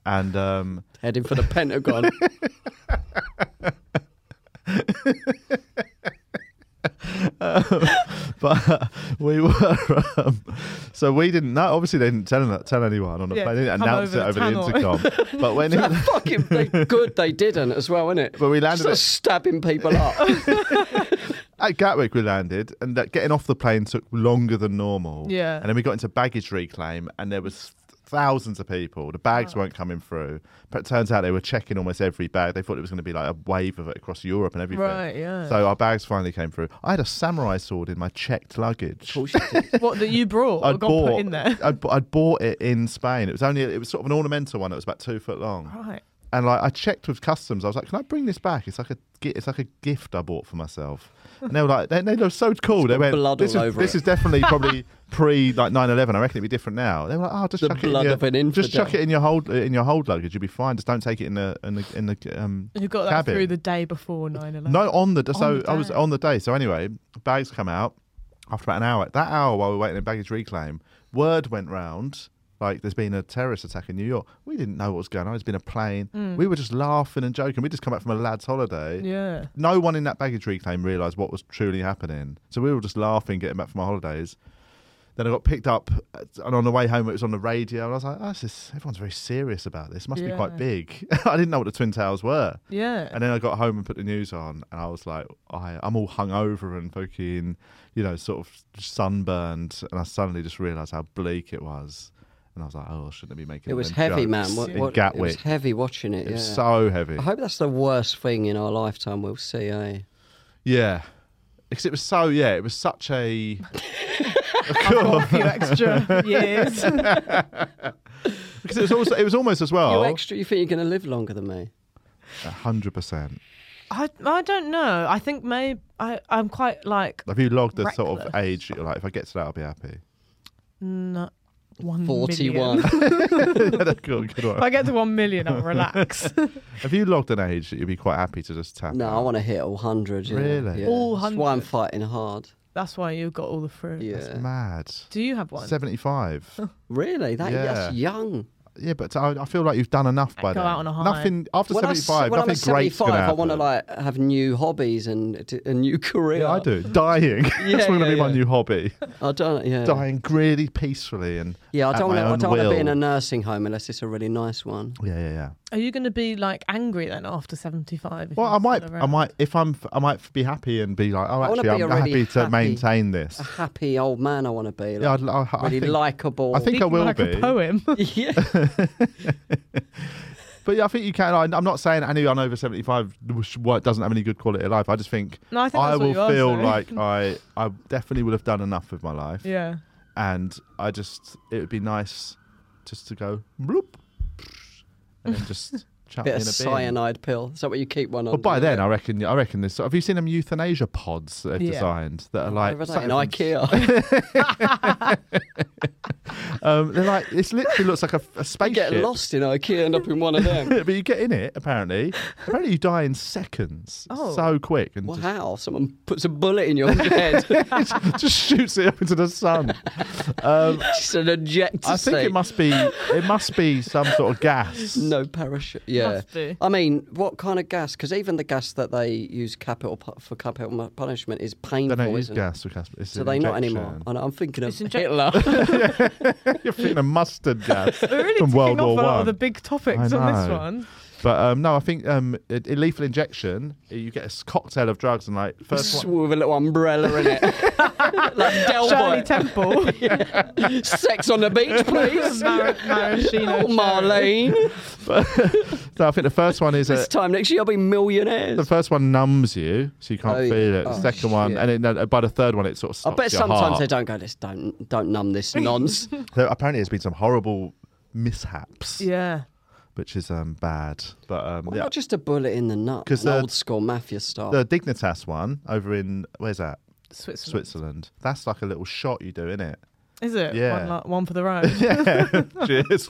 [SPEAKER 1] and um,
[SPEAKER 2] heading for the Pentagon.
[SPEAKER 1] but we were. Um, so we didn't know. Obviously, they didn't tell tell anyone on the
[SPEAKER 4] Yeah,
[SPEAKER 1] plane. They didn't
[SPEAKER 4] come
[SPEAKER 1] announce
[SPEAKER 4] over
[SPEAKER 1] it over
[SPEAKER 4] the
[SPEAKER 1] the
[SPEAKER 4] tunnel.
[SPEAKER 1] intercom. but when it,
[SPEAKER 2] fucking they, good they didn't as well, innit?
[SPEAKER 1] But we landed
[SPEAKER 2] Sort of
[SPEAKER 1] it-
[SPEAKER 2] stabbing people up.
[SPEAKER 1] at Gatwick we landed, and that getting off the plane took longer than normal.
[SPEAKER 4] Yeah.
[SPEAKER 1] and then we got into baggage reclaim, and there was thousands of people. The bags weren't coming through, but it turns out they were checking almost every bag. They thought it was going to be like a wave of it across Europe and everything.
[SPEAKER 4] Right, yeah.
[SPEAKER 1] So our bags finally came through. I had a samurai sword in my checked luggage.
[SPEAKER 4] what that you brought or
[SPEAKER 1] I'd
[SPEAKER 4] got
[SPEAKER 1] bought
[SPEAKER 4] put in there?
[SPEAKER 1] I'd, bu- I'd bought it in Spain. It was only it was sort of an ornamental one. It was about two foot long.
[SPEAKER 4] Right.
[SPEAKER 1] And like I checked with customs, I was like, "Can I bring this back? It's like a gi- it's like a gift I bought for myself." And they were like, "They, they were so cool." They went,
[SPEAKER 2] blood
[SPEAKER 1] "This
[SPEAKER 2] all
[SPEAKER 1] is
[SPEAKER 2] over
[SPEAKER 1] this is
[SPEAKER 2] it."
[SPEAKER 1] definitely probably pre like 9/11. I reckon it'd be different now." They were like, "Oh, just
[SPEAKER 2] The
[SPEAKER 1] chuck
[SPEAKER 2] blood
[SPEAKER 1] it in your,
[SPEAKER 2] of an
[SPEAKER 1] just chuck
[SPEAKER 2] infidel.
[SPEAKER 1] it in your hold in your hold luggage. You'll be fine. Just don't take it in the in the in the um."
[SPEAKER 4] You got that
[SPEAKER 1] Cabin.
[SPEAKER 4] through the day before 9/11.
[SPEAKER 1] No, on the so
[SPEAKER 4] the
[SPEAKER 1] I was
[SPEAKER 4] day.
[SPEAKER 1] on the day. So anyway, bags come out after about an hour. That hour while we were waiting in baggage reclaim, word went round like there's been a terrorist attack in New York. We didn't know what was going on. It's been a plane. We were just laughing and joking. We just come back from a lad's holiday.
[SPEAKER 4] Mm. Yeah.
[SPEAKER 1] No one in that baggage reclaim realised what was truly happening. So we were just laughing, getting back from our holidays. Then I got picked up, uh, and on the way home, it was on the radio, and I was like, oh, this is, everyone's very serious about this. Must be quite
[SPEAKER 4] Yeah.
[SPEAKER 1] big. I didn't know what the Twin Towers were.
[SPEAKER 4] Yeah.
[SPEAKER 1] And then I got home and put the news on, and I was like, I, I'm all hungover and fucking, you know, sort of sunburned. And I suddenly just realised how bleak it was. And I was like, oh, I shouldn't be making
[SPEAKER 2] It was
[SPEAKER 1] them
[SPEAKER 2] heavy,
[SPEAKER 1] jokes
[SPEAKER 2] man. What,
[SPEAKER 1] in
[SPEAKER 2] what, it
[SPEAKER 1] Gatwick.
[SPEAKER 2] was heavy watching it.
[SPEAKER 1] It was
[SPEAKER 2] yeah.
[SPEAKER 1] so heavy.
[SPEAKER 2] I hope that's the worst thing in our lifetime we'll see. Eh?
[SPEAKER 1] Yeah. Because it was so, yeah, it was such a.
[SPEAKER 4] a few extra years.
[SPEAKER 1] Because it was also, it was almost as
[SPEAKER 2] You
[SPEAKER 1] well.
[SPEAKER 2] extra. You think you're going to live longer than me?
[SPEAKER 1] hundred percent.
[SPEAKER 4] I, I don't know. I think maybe I, I'm quite like
[SPEAKER 1] Have you logged the sort of
[SPEAKER 4] Reckless.
[SPEAKER 1] age that you're like, if I get to that, I'll be happy.
[SPEAKER 4] n-
[SPEAKER 1] Mm,
[SPEAKER 4] one million.
[SPEAKER 2] Forty-one.
[SPEAKER 1] That's good, good one.
[SPEAKER 4] If I get to one million, I'll relax.
[SPEAKER 1] Have you logged an age that you'd be quite happy to just tap?
[SPEAKER 2] no, I
[SPEAKER 1] out?
[SPEAKER 2] want to hit all hundred. Yeah.
[SPEAKER 1] Really?
[SPEAKER 2] Yeah.
[SPEAKER 4] All
[SPEAKER 2] That's why I'm
[SPEAKER 4] 100.
[SPEAKER 2] fighting hard.
[SPEAKER 4] That's why you've got all the fruit.
[SPEAKER 2] Yeah.
[SPEAKER 1] That's mad.
[SPEAKER 4] Do you have one?
[SPEAKER 1] Seventy-five.
[SPEAKER 2] Really? That, That's young.
[SPEAKER 1] yeah, but I, I feel like you've done enough by
[SPEAKER 4] Go
[SPEAKER 1] then.
[SPEAKER 4] out on a high.
[SPEAKER 1] Nothing after
[SPEAKER 2] When, I, s-
[SPEAKER 1] seventy-five.
[SPEAKER 2] when I'm
[SPEAKER 1] nothing
[SPEAKER 2] at
[SPEAKER 1] great's
[SPEAKER 2] seventy-five,
[SPEAKER 1] gonna
[SPEAKER 2] I
[SPEAKER 1] happen.
[SPEAKER 2] want to like have new hobbies and t- a new career.
[SPEAKER 1] Yeah, I do. Dying. That's going to
[SPEAKER 2] yeah,
[SPEAKER 1] be my
[SPEAKER 2] yeah.
[SPEAKER 1] new hobby.
[SPEAKER 2] I don't. Yeah.
[SPEAKER 1] Dying really peacefully and
[SPEAKER 2] Yeah, I
[SPEAKER 1] at
[SPEAKER 2] don't
[SPEAKER 1] my
[SPEAKER 2] want to. I
[SPEAKER 1] own
[SPEAKER 2] don't want to be
[SPEAKER 1] will.
[SPEAKER 2] in a nursing home unless it's a really nice one.
[SPEAKER 1] yeah, yeah, yeah.
[SPEAKER 4] Are you going to be like angry then after 75? if
[SPEAKER 1] Well,
[SPEAKER 4] you're
[SPEAKER 1] I might,
[SPEAKER 4] still
[SPEAKER 1] I
[SPEAKER 4] around?
[SPEAKER 1] might, if I'm, I might be happy and be like, oh,
[SPEAKER 2] I wanna
[SPEAKER 1] actually,
[SPEAKER 2] be
[SPEAKER 1] I'm
[SPEAKER 2] a
[SPEAKER 1] happy,
[SPEAKER 2] really
[SPEAKER 1] to
[SPEAKER 2] happy-
[SPEAKER 1] maintain this.
[SPEAKER 2] A happy old man. I want to be.
[SPEAKER 1] Yeah,
[SPEAKER 2] Like,
[SPEAKER 1] I'd, I, I
[SPEAKER 2] really
[SPEAKER 1] think,
[SPEAKER 2] likable.
[SPEAKER 1] I think I
[SPEAKER 4] Speaking
[SPEAKER 1] will
[SPEAKER 4] like
[SPEAKER 1] be.
[SPEAKER 4] a poem.
[SPEAKER 2] yeah.
[SPEAKER 1] But yeah, I think you can. I, I'm not saying anyone over 75 sh- what doesn't have any good quality of life. I just think
[SPEAKER 4] No, I think
[SPEAKER 1] I
[SPEAKER 4] that's what
[SPEAKER 1] will
[SPEAKER 4] you are
[SPEAKER 1] feel
[SPEAKER 4] saying.
[SPEAKER 1] like I, I definitely will have done enough with my life,
[SPEAKER 4] Yeah.
[SPEAKER 1] and I just, it would be nice just to go bloop, and then just chuck
[SPEAKER 2] Bit
[SPEAKER 1] me
[SPEAKER 2] of
[SPEAKER 1] in a bin.
[SPEAKER 2] cyanide pill. Is that what you keep one on?
[SPEAKER 1] Well, by then, I reckon. I reckon this. Have you seen them euthanasia pods that they've
[SPEAKER 4] Yeah.
[SPEAKER 1] designed that are
[SPEAKER 2] like
[SPEAKER 1] like
[SPEAKER 2] in
[SPEAKER 1] something-
[SPEAKER 2] IKEA.
[SPEAKER 1] Um, they're like this. Literally looks like a, a
[SPEAKER 2] I
[SPEAKER 1] spaceship.
[SPEAKER 2] get lost in IKEA, end up in one of them.
[SPEAKER 1] but you get in it apparently. apparently, you die in seconds.
[SPEAKER 4] Oh.
[SPEAKER 1] so quick and
[SPEAKER 2] Well, how? Someone puts a bullet in your head.
[SPEAKER 1] just, just shoots it up into the sun. Um,
[SPEAKER 2] Just an ejector
[SPEAKER 1] I think
[SPEAKER 2] seat.
[SPEAKER 1] it must be it must be some sort of gas.
[SPEAKER 2] No parachute. Yeah.
[SPEAKER 4] Must be.
[SPEAKER 2] I mean, what kind of gas? Because even the gas that they use capital pu- for capital mu- punishment is
[SPEAKER 1] They
[SPEAKER 2] painful.
[SPEAKER 1] don't use
[SPEAKER 2] isn't it?
[SPEAKER 1] gas or gas. It's
[SPEAKER 2] So
[SPEAKER 1] an
[SPEAKER 2] they not
[SPEAKER 1] injection.
[SPEAKER 2] anymore. And I'm thinking of
[SPEAKER 4] It's inject-
[SPEAKER 2] Hitler.
[SPEAKER 1] You're thinking of mustard gas.
[SPEAKER 4] We're really
[SPEAKER 1] From
[SPEAKER 4] ticking
[SPEAKER 1] World
[SPEAKER 4] off
[SPEAKER 1] War
[SPEAKER 4] a lot
[SPEAKER 1] One.
[SPEAKER 4] of the big topics
[SPEAKER 1] I
[SPEAKER 4] on this
[SPEAKER 1] know.
[SPEAKER 4] one.
[SPEAKER 1] But um, no, I think um, a, a lethal injection. eh, You get a s- cocktail of drugs and like first
[SPEAKER 2] Just
[SPEAKER 1] one.
[SPEAKER 2] with a little umbrella in it. like
[SPEAKER 4] Shirley
[SPEAKER 2] Delbert.
[SPEAKER 4] Temple,
[SPEAKER 2] Sex on the beach, please.
[SPEAKER 4] Mar-
[SPEAKER 2] Oh,
[SPEAKER 4] Maraschino cherry.
[SPEAKER 2] Marlene.
[SPEAKER 1] No, I think the first one is a,
[SPEAKER 2] This time next year, I'll be millionaires.
[SPEAKER 1] the first one numbs you, so you can't
[SPEAKER 2] Oh, yeah.
[SPEAKER 1] feel it. The
[SPEAKER 2] Oh,
[SPEAKER 1] second one,
[SPEAKER 2] shit.
[SPEAKER 1] and it, no, uh, by the third one, it sort of
[SPEAKER 2] I
[SPEAKER 1] stops
[SPEAKER 2] bet
[SPEAKER 1] your
[SPEAKER 2] sometimes
[SPEAKER 1] heart.
[SPEAKER 2] they don't go. This don't don't numb this nonce.
[SPEAKER 1] There, apparently, there's been some horrible mishaps,
[SPEAKER 4] Yeah.
[SPEAKER 1] which is um, bad. But um,
[SPEAKER 2] Why
[SPEAKER 1] yeah,
[SPEAKER 2] Not just a bullet in the nut.
[SPEAKER 1] 'Cause
[SPEAKER 2] an
[SPEAKER 1] the-
[SPEAKER 2] old school mafia style.
[SPEAKER 1] the Dignitas one over in where's that?
[SPEAKER 4] Switzerland.
[SPEAKER 1] Switzerland. That's like a little shot you do, in it?
[SPEAKER 4] Is it?
[SPEAKER 1] Yeah.
[SPEAKER 4] One, like, one for the road.
[SPEAKER 1] Yeah. Cheers.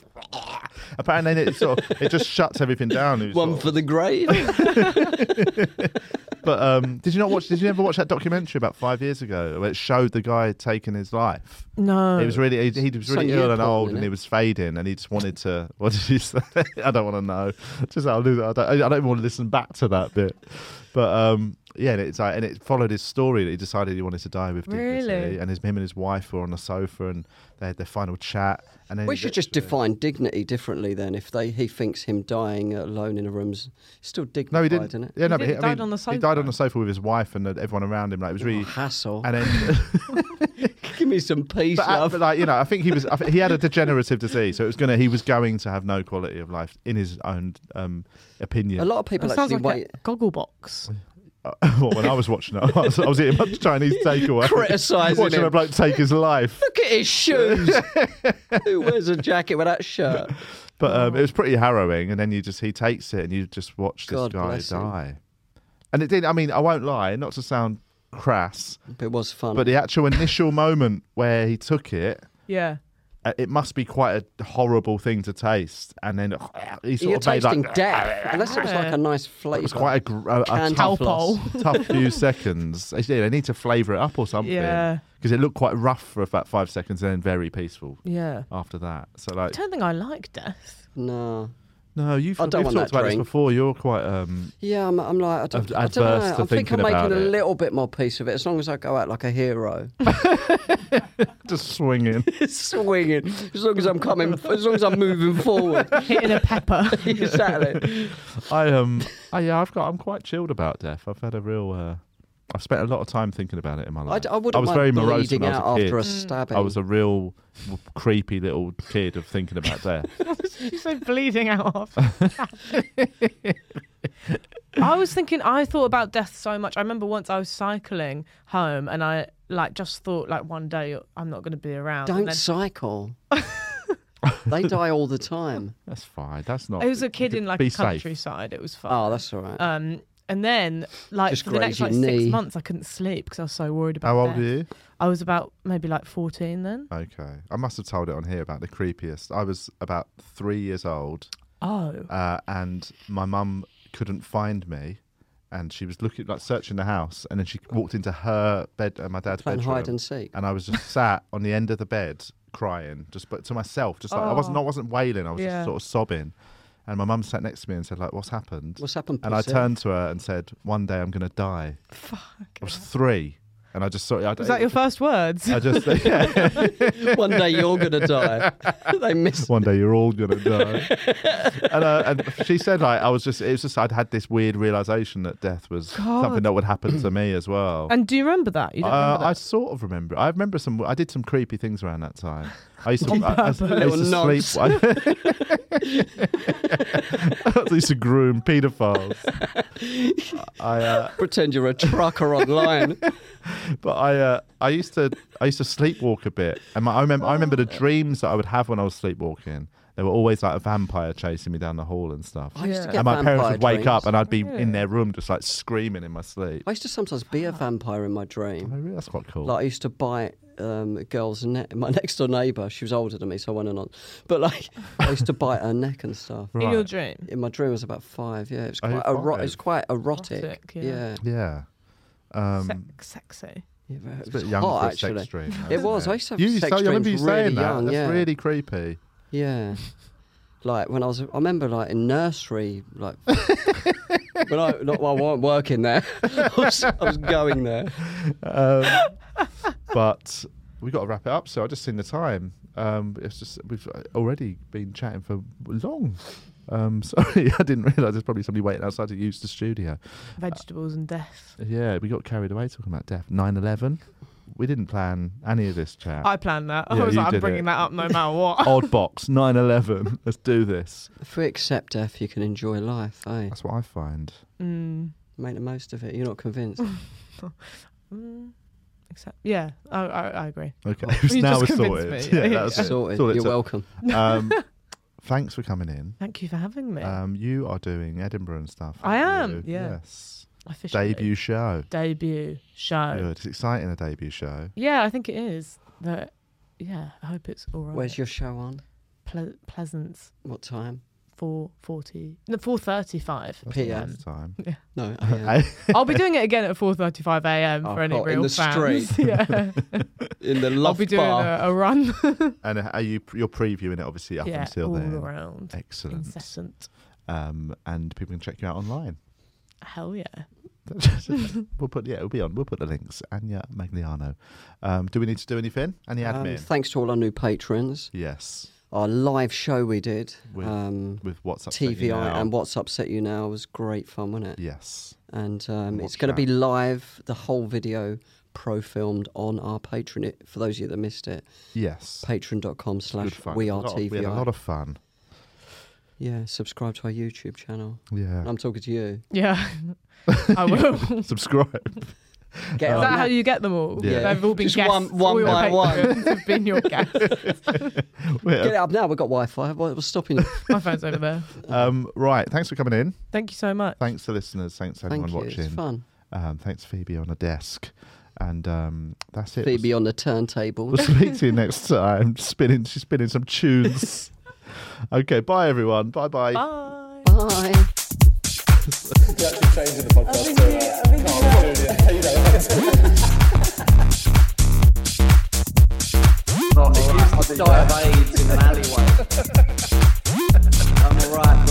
[SPEAKER 1] Apparently, then it sort of, it just shuts everything down. It
[SPEAKER 2] One
[SPEAKER 1] sort
[SPEAKER 2] for the grave.
[SPEAKER 1] of- but um, did you not watch? Did you ever watch that documentary about five years ago where it showed the guy taking his life?
[SPEAKER 4] No.
[SPEAKER 1] He was really he, he was
[SPEAKER 2] Son,
[SPEAKER 1] really
[SPEAKER 2] you're
[SPEAKER 1] ill and
[SPEAKER 2] poor,
[SPEAKER 1] old, and
[SPEAKER 2] innit?
[SPEAKER 1] he was fading, and he just wanted to. What did you say? I don't want to know. Just I'll lose. it. I don't. I don't even want to listen back to that bit. But um, yeah, and it's like, and it followed his story that he decided he wanted to die with dignity,
[SPEAKER 4] Really?
[SPEAKER 1] and his him and his wife were on the sofa, and they had their final chat, and then
[SPEAKER 2] we
[SPEAKER 1] he
[SPEAKER 2] should just
[SPEAKER 1] literally-
[SPEAKER 2] define dignity differently then. If they he thinks him dying alone in a room's still dignified,
[SPEAKER 1] No, he didn't.
[SPEAKER 2] isn't it?
[SPEAKER 1] Yeah, no,
[SPEAKER 4] He
[SPEAKER 1] but
[SPEAKER 4] did-
[SPEAKER 1] he,
[SPEAKER 4] he
[SPEAKER 1] I
[SPEAKER 4] died
[SPEAKER 1] mean,
[SPEAKER 4] on the
[SPEAKER 1] He
[SPEAKER 4] sofa.
[SPEAKER 1] died on the sofa with his wife and uh, everyone around him. Like it was really,
[SPEAKER 2] Oh, hassle.
[SPEAKER 1] and then,
[SPEAKER 2] Give me some peace,
[SPEAKER 1] but, uh,
[SPEAKER 2] love.
[SPEAKER 1] but like you know, I think he was. I think he had a degenerative disease, so it was gonna. He was going to have no quality of life, in his own um, opinion.
[SPEAKER 2] A lot of people
[SPEAKER 4] That sounds
[SPEAKER 2] actually
[SPEAKER 4] like
[SPEAKER 2] wait.
[SPEAKER 4] a goggle box.
[SPEAKER 1] well, when I was watching it, I was, I was eating my Chinese takeaway,
[SPEAKER 2] Criticising
[SPEAKER 1] watching
[SPEAKER 2] him.
[SPEAKER 1] a bloke take his life.
[SPEAKER 2] Look at his shoes. Who wears a jacket with that shirt?
[SPEAKER 1] But um, it was pretty harrowing, and then you just he takes it, and you just watch this
[SPEAKER 2] God
[SPEAKER 1] guy
[SPEAKER 2] bless him.
[SPEAKER 1] die. And it did. I mean, I won't lie, not to sound crass,
[SPEAKER 2] It was fun.
[SPEAKER 1] but the actual initial moment where he took it.
[SPEAKER 4] Yeah.
[SPEAKER 1] uh, it must be quite a horrible thing to taste. And then he sort
[SPEAKER 2] You're
[SPEAKER 1] of made
[SPEAKER 2] tasting
[SPEAKER 1] like
[SPEAKER 2] death. Unless it was like a nice flavour.
[SPEAKER 1] it was quite a, gr- a, a
[SPEAKER 2] Canned
[SPEAKER 1] tough,
[SPEAKER 4] Alpol.
[SPEAKER 1] tough few seconds. They they need to flavour it up or something.
[SPEAKER 4] Yeah.
[SPEAKER 1] Because it looked quite rough for about five seconds and then very peaceful
[SPEAKER 4] Yeah.
[SPEAKER 1] after that. So
[SPEAKER 4] I
[SPEAKER 1] like,
[SPEAKER 4] don't think I like death.
[SPEAKER 2] No.
[SPEAKER 1] no, you've
[SPEAKER 2] I don't
[SPEAKER 1] we've
[SPEAKER 2] want
[SPEAKER 1] talked
[SPEAKER 2] that
[SPEAKER 1] about this
[SPEAKER 2] drink.
[SPEAKER 1] before. You're quite um,
[SPEAKER 2] Yeah, I'm, I'm like, I don't,
[SPEAKER 1] Ad-
[SPEAKER 2] I don't
[SPEAKER 1] adverse
[SPEAKER 2] know.
[SPEAKER 1] to
[SPEAKER 2] I think I'm
[SPEAKER 1] thinking
[SPEAKER 2] making
[SPEAKER 1] about
[SPEAKER 2] a
[SPEAKER 1] it.
[SPEAKER 2] little bit more peace of it as long as I go out like a hero.
[SPEAKER 1] Just swinging.
[SPEAKER 2] swinging. As long as I'm coming, as long as I'm moving forward.
[SPEAKER 4] hitting a pepper.
[SPEAKER 2] exactly.
[SPEAKER 1] I um, I, yeah, I've got. I'm quite chilled about death. I've had a real. Uh, I've spent a lot of time thinking about it in my
[SPEAKER 2] I,
[SPEAKER 1] life.
[SPEAKER 2] d- I wouldn't
[SPEAKER 1] I was
[SPEAKER 2] mind
[SPEAKER 1] very morose
[SPEAKER 2] bleeding
[SPEAKER 1] when I was
[SPEAKER 2] out
[SPEAKER 1] a kid.
[SPEAKER 2] after a
[SPEAKER 4] Mm.
[SPEAKER 2] stabbing.
[SPEAKER 1] I was a real w- creepy little kid of thinking about death.
[SPEAKER 4] She's so bleeding out off. I was thinking, I thought about death so much. I remember once I was cycling home and I like just thought like one day I'm not going to be around.
[SPEAKER 2] Don't
[SPEAKER 4] And then-
[SPEAKER 2] cycle. they die all the time.
[SPEAKER 1] That's fine. That's not.
[SPEAKER 4] I was a kid in like
[SPEAKER 1] be
[SPEAKER 4] a
[SPEAKER 1] safe.
[SPEAKER 4] countryside. It was fun.
[SPEAKER 2] Oh, that's all right.
[SPEAKER 4] Um, and then like
[SPEAKER 2] Just
[SPEAKER 4] for the next
[SPEAKER 2] graze your
[SPEAKER 4] like
[SPEAKER 2] knee.
[SPEAKER 4] six months, I couldn't sleep because I was so worried about.
[SPEAKER 1] How old
[SPEAKER 4] death.
[SPEAKER 1] are you?
[SPEAKER 4] I was about maybe like 14 then.
[SPEAKER 1] Okay, I must have told it on here about the creepiest. I was about three years old,
[SPEAKER 4] Oh,
[SPEAKER 1] uh, and my mum couldn't find me, and she was looking like searching the house, and then she walked into her bed, uh, my dad's
[SPEAKER 2] Playing
[SPEAKER 1] bedroom,
[SPEAKER 2] hide and seek.
[SPEAKER 1] and I was just sat on the end of the bed crying, just but to myself, just like I wasn't, I
[SPEAKER 4] Oh.
[SPEAKER 1] wasn't wailing, I was
[SPEAKER 4] Yeah.
[SPEAKER 1] just sort of sobbing, and my mum sat next to me and said like, "What's happened?"
[SPEAKER 2] What's happened?
[SPEAKER 1] and I
[SPEAKER 2] pussy?
[SPEAKER 1] turned to her and said, "One day I'm gonna die."
[SPEAKER 4] fuck.
[SPEAKER 1] I was three, and I just sort of. I,
[SPEAKER 4] Was that your first words?
[SPEAKER 1] I just yeah.
[SPEAKER 2] One day you're gonna die. they miss.
[SPEAKER 1] One day you're all gonna die. and, uh, and she said, like, I was just, it was just, I'd had this weird realization that death was something
[SPEAKER 4] God.
[SPEAKER 1] that would happen to me as well.
[SPEAKER 4] And do you remember that? You don't
[SPEAKER 1] uh,
[SPEAKER 4] remember
[SPEAKER 1] I
[SPEAKER 4] that?
[SPEAKER 1] sort of remember. I remember some. I did some creepy things around that time. I used to, I, I, used to- I used
[SPEAKER 2] Little
[SPEAKER 1] to sleep. I, used to groom paedophiles. I, uh,
[SPEAKER 2] Pretend you're a trucker online.
[SPEAKER 1] But I, uh, I used to, I used to sleepwalk a bit, and my, I remember, I remember the
[SPEAKER 2] Oh.
[SPEAKER 1] dreams that I would have when I was sleepwalking. There were always like a vampire chasing me down the hall and stuff.
[SPEAKER 2] I used to
[SPEAKER 4] Yeah.
[SPEAKER 2] get
[SPEAKER 1] and my parents
[SPEAKER 2] vampire
[SPEAKER 1] would wake
[SPEAKER 2] dreams.
[SPEAKER 1] up, and I'd be
[SPEAKER 4] Yeah.
[SPEAKER 1] in their room just like screaming in my sleep.
[SPEAKER 2] I used to sometimes be a vampire in my dream.
[SPEAKER 1] Oh, really? That's quite cool.
[SPEAKER 2] Like I used to bite um, a girl's neck. My next door neighbour, she was older than me, so I went on. But like, I used to bite her neck and stuff.
[SPEAKER 4] In your
[SPEAKER 1] Right.
[SPEAKER 4] dream.
[SPEAKER 2] In my dream, I was about five. Yeah, it was
[SPEAKER 1] Oh,
[SPEAKER 2] quite,
[SPEAKER 1] you're
[SPEAKER 2] ero- it
[SPEAKER 1] five.
[SPEAKER 2] was quite erotic.
[SPEAKER 4] Erotic,
[SPEAKER 2] yeah,
[SPEAKER 4] yeah.
[SPEAKER 2] yeah.
[SPEAKER 1] yeah. Um,
[SPEAKER 4] Sex, sexy.
[SPEAKER 2] yeah, but
[SPEAKER 1] It's a
[SPEAKER 2] it was
[SPEAKER 1] bit young
[SPEAKER 2] hot,
[SPEAKER 1] for a
[SPEAKER 2] actually.
[SPEAKER 1] sex dream.
[SPEAKER 2] It was. I used to have
[SPEAKER 1] you,
[SPEAKER 2] sex
[SPEAKER 1] so, I
[SPEAKER 2] dreams
[SPEAKER 1] remember you
[SPEAKER 2] really
[SPEAKER 1] saying
[SPEAKER 2] young.
[SPEAKER 1] that. That's
[SPEAKER 2] yeah.
[SPEAKER 1] really creepy.
[SPEAKER 2] Yeah. Like when I was, I remember like in nursery, like when I not when I weren't working there, I was, I was going there.
[SPEAKER 1] Um, but we got to wrap it up. So I just seen the time. Um, it's just we've already been chatting for long. Um, sorry, I didn't realise there's probably somebody waiting outside to use the studio.
[SPEAKER 4] Vegetables and death.
[SPEAKER 1] Yeah, we got carried away talking about death. 9-11. We didn't plan any of this chat.
[SPEAKER 4] I planned that.
[SPEAKER 1] Yeah,
[SPEAKER 4] I was
[SPEAKER 1] you
[SPEAKER 4] like,
[SPEAKER 1] did
[SPEAKER 4] I'm bringing
[SPEAKER 1] it.
[SPEAKER 4] that up no matter what.
[SPEAKER 1] Odd box 9-11. Let's do this.
[SPEAKER 2] If we accept death, you can enjoy life. eh?
[SPEAKER 1] That's what I find.
[SPEAKER 4] mm.
[SPEAKER 2] make the most of it. You're not convinced.
[SPEAKER 4] Mm. Except, yeah, I, I, I agree.
[SPEAKER 1] Okay,
[SPEAKER 4] You
[SPEAKER 1] now we're
[SPEAKER 4] just
[SPEAKER 1] sorted.
[SPEAKER 4] convinced me.
[SPEAKER 1] Yeah, that was it.
[SPEAKER 2] Sorted.
[SPEAKER 1] That's all it
[SPEAKER 2] You're
[SPEAKER 1] took.
[SPEAKER 2] welcome.
[SPEAKER 1] Um, thanks for coming in.
[SPEAKER 4] Thank you for having me.
[SPEAKER 1] Um, you are doing Edinburgh and stuff.
[SPEAKER 4] I
[SPEAKER 1] aren't
[SPEAKER 4] am,
[SPEAKER 1] you?
[SPEAKER 4] yeah.
[SPEAKER 1] Yes.
[SPEAKER 4] Officially.
[SPEAKER 1] Debut show.
[SPEAKER 4] Debut show.
[SPEAKER 1] Good. It's exciting a debut show.
[SPEAKER 4] Yeah, I think it is. That. Yeah, I hope it's all right.
[SPEAKER 2] Where's your show on?
[SPEAKER 4] Ple- Pleasance
[SPEAKER 2] What time?
[SPEAKER 4] four forty? No, four thirty-five.
[SPEAKER 1] That's the
[SPEAKER 2] PM.
[SPEAKER 1] last
[SPEAKER 4] Um,
[SPEAKER 1] time.
[SPEAKER 2] No. oh, yeah.
[SPEAKER 1] I-
[SPEAKER 4] I'll be doing it again at four thirty-five a.m.
[SPEAKER 2] Oh,
[SPEAKER 4] for any
[SPEAKER 2] God, in
[SPEAKER 4] real
[SPEAKER 2] the
[SPEAKER 4] fans.
[SPEAKER 2] street.
[SPEAKER 4] yeah,
[SPEAKER 2] in the
[SPEAKER 4] I'll
[SPEAKER 2] love
[SPEAKER 4] be doing
[SPEAKER 1] uh,
[SPEAKER 2] Um,
[SPEAKER 4] a, a run.
[SPEAKER 1] and are you you're previewing it obviously up
[SPEAKER 4] yeah,
[SPEAKER 1] until
[SPEAKER 4] all
[SPEAKER 1] then.
[SPEAKER 4] around,
[SPEAKER 1] Excellent.
[SPEAKER 4] incessant.
[SPEAKER 1] Um, and people can check you out online.
[SPEAKER 4] Hell yeah.
[SPEAKER 1] we'll put yeah, it'll be on. We'll put the links. Anya Magliano. Um, do we need to do anything? Any admin?
[SPEAKER 2] thanks to all our new patrons.
[SPEAKER 1] yes.
[SPEAKER 2] Our live show we did.
[SPEAKER 1] With-
[SPEAKER 2] um,
[SPEAKER 1] With what's up?
[SPEAKER 2] TVI and What's Upset You Now was great fun, wasn't it?
[SPEAKER 1] Yes.
[SPEAKER 2] And um, it's
[SPEAKER 1] Watch
[SPEAKER 2] going to
[SPEAKER 1] that.
[SPEAKER 2] be live, the whole video pro filmed on our Patreon. It- For those of you that missed it,
[SPEAKER 1] Yes.
[SPEAKER 2] patreon.com slash
[SPEAKER 1] Good fun.
[SPEAKER 2] we
[SPEAKER 1] A
[SPEAKER 2] are
[SPEAKER 1] lot of- we had a lot
[SPEAKER 2] TVI.
[SPEAKER 1] of fun.
[SPEAKER 2] Yeah, subscribe to our YouTube channel.
[SPEAKER 1] Yeah.
[SPEAKER 2] I'm talking to you.
[SPEAKER 4] Yeah, I will. Is
[SPEAKER 1] Subscribe.
[SPEAKER 2] Get
[SPEAKER 1] Um,
[SPEAKER 2] on
[SPEAKER 4] that
[SPEAKER 2] that.
[SPEAKER 4] how you get them all?
[SPEAKER 1] Yeah.
[SPEAKER 4] They've all been
[SPEAKER 2] Just
[SPEAKER 4] guests.
[SPEAKER 2] one- one
[SPEAKER 4] all your
[SPEAKER 2] by one.
[SPEAKER 4] patrons have been your guests.
[SPEAKER 2] Get it up now. We've got Wi Fi. What's stopping you?
[SPEAKER 4] My phone's over there.
[SPEAKER 1] um, right. Thanks for coming in.
[SPEAKER 4] Thank you so much.
[SPEAKER 1] Thanks to listeners. Thanks to
[SPEAKER 2] Thank
[SPEAKER 1] everyone
[SPEAKER 2] you.
[SPEAKER 1] watching.
[SPEAKER 2] It's fun.
[SPEAKER 1] Um, thanks, Phoebe, on a desk. And um, that's it.
[SPEAKER 2] Phoebe on the turntable.
[SPEAKER 1] We'll speak to you next time. Spinning, she's spinning some tunes. okay, bye everyone. Bye bye.
[SPEAKER 4] Bye.
[SPEAKER 2] Bye.
[SPEAKER 3] Not if you die of AIDS in an alleyway. I'm alright.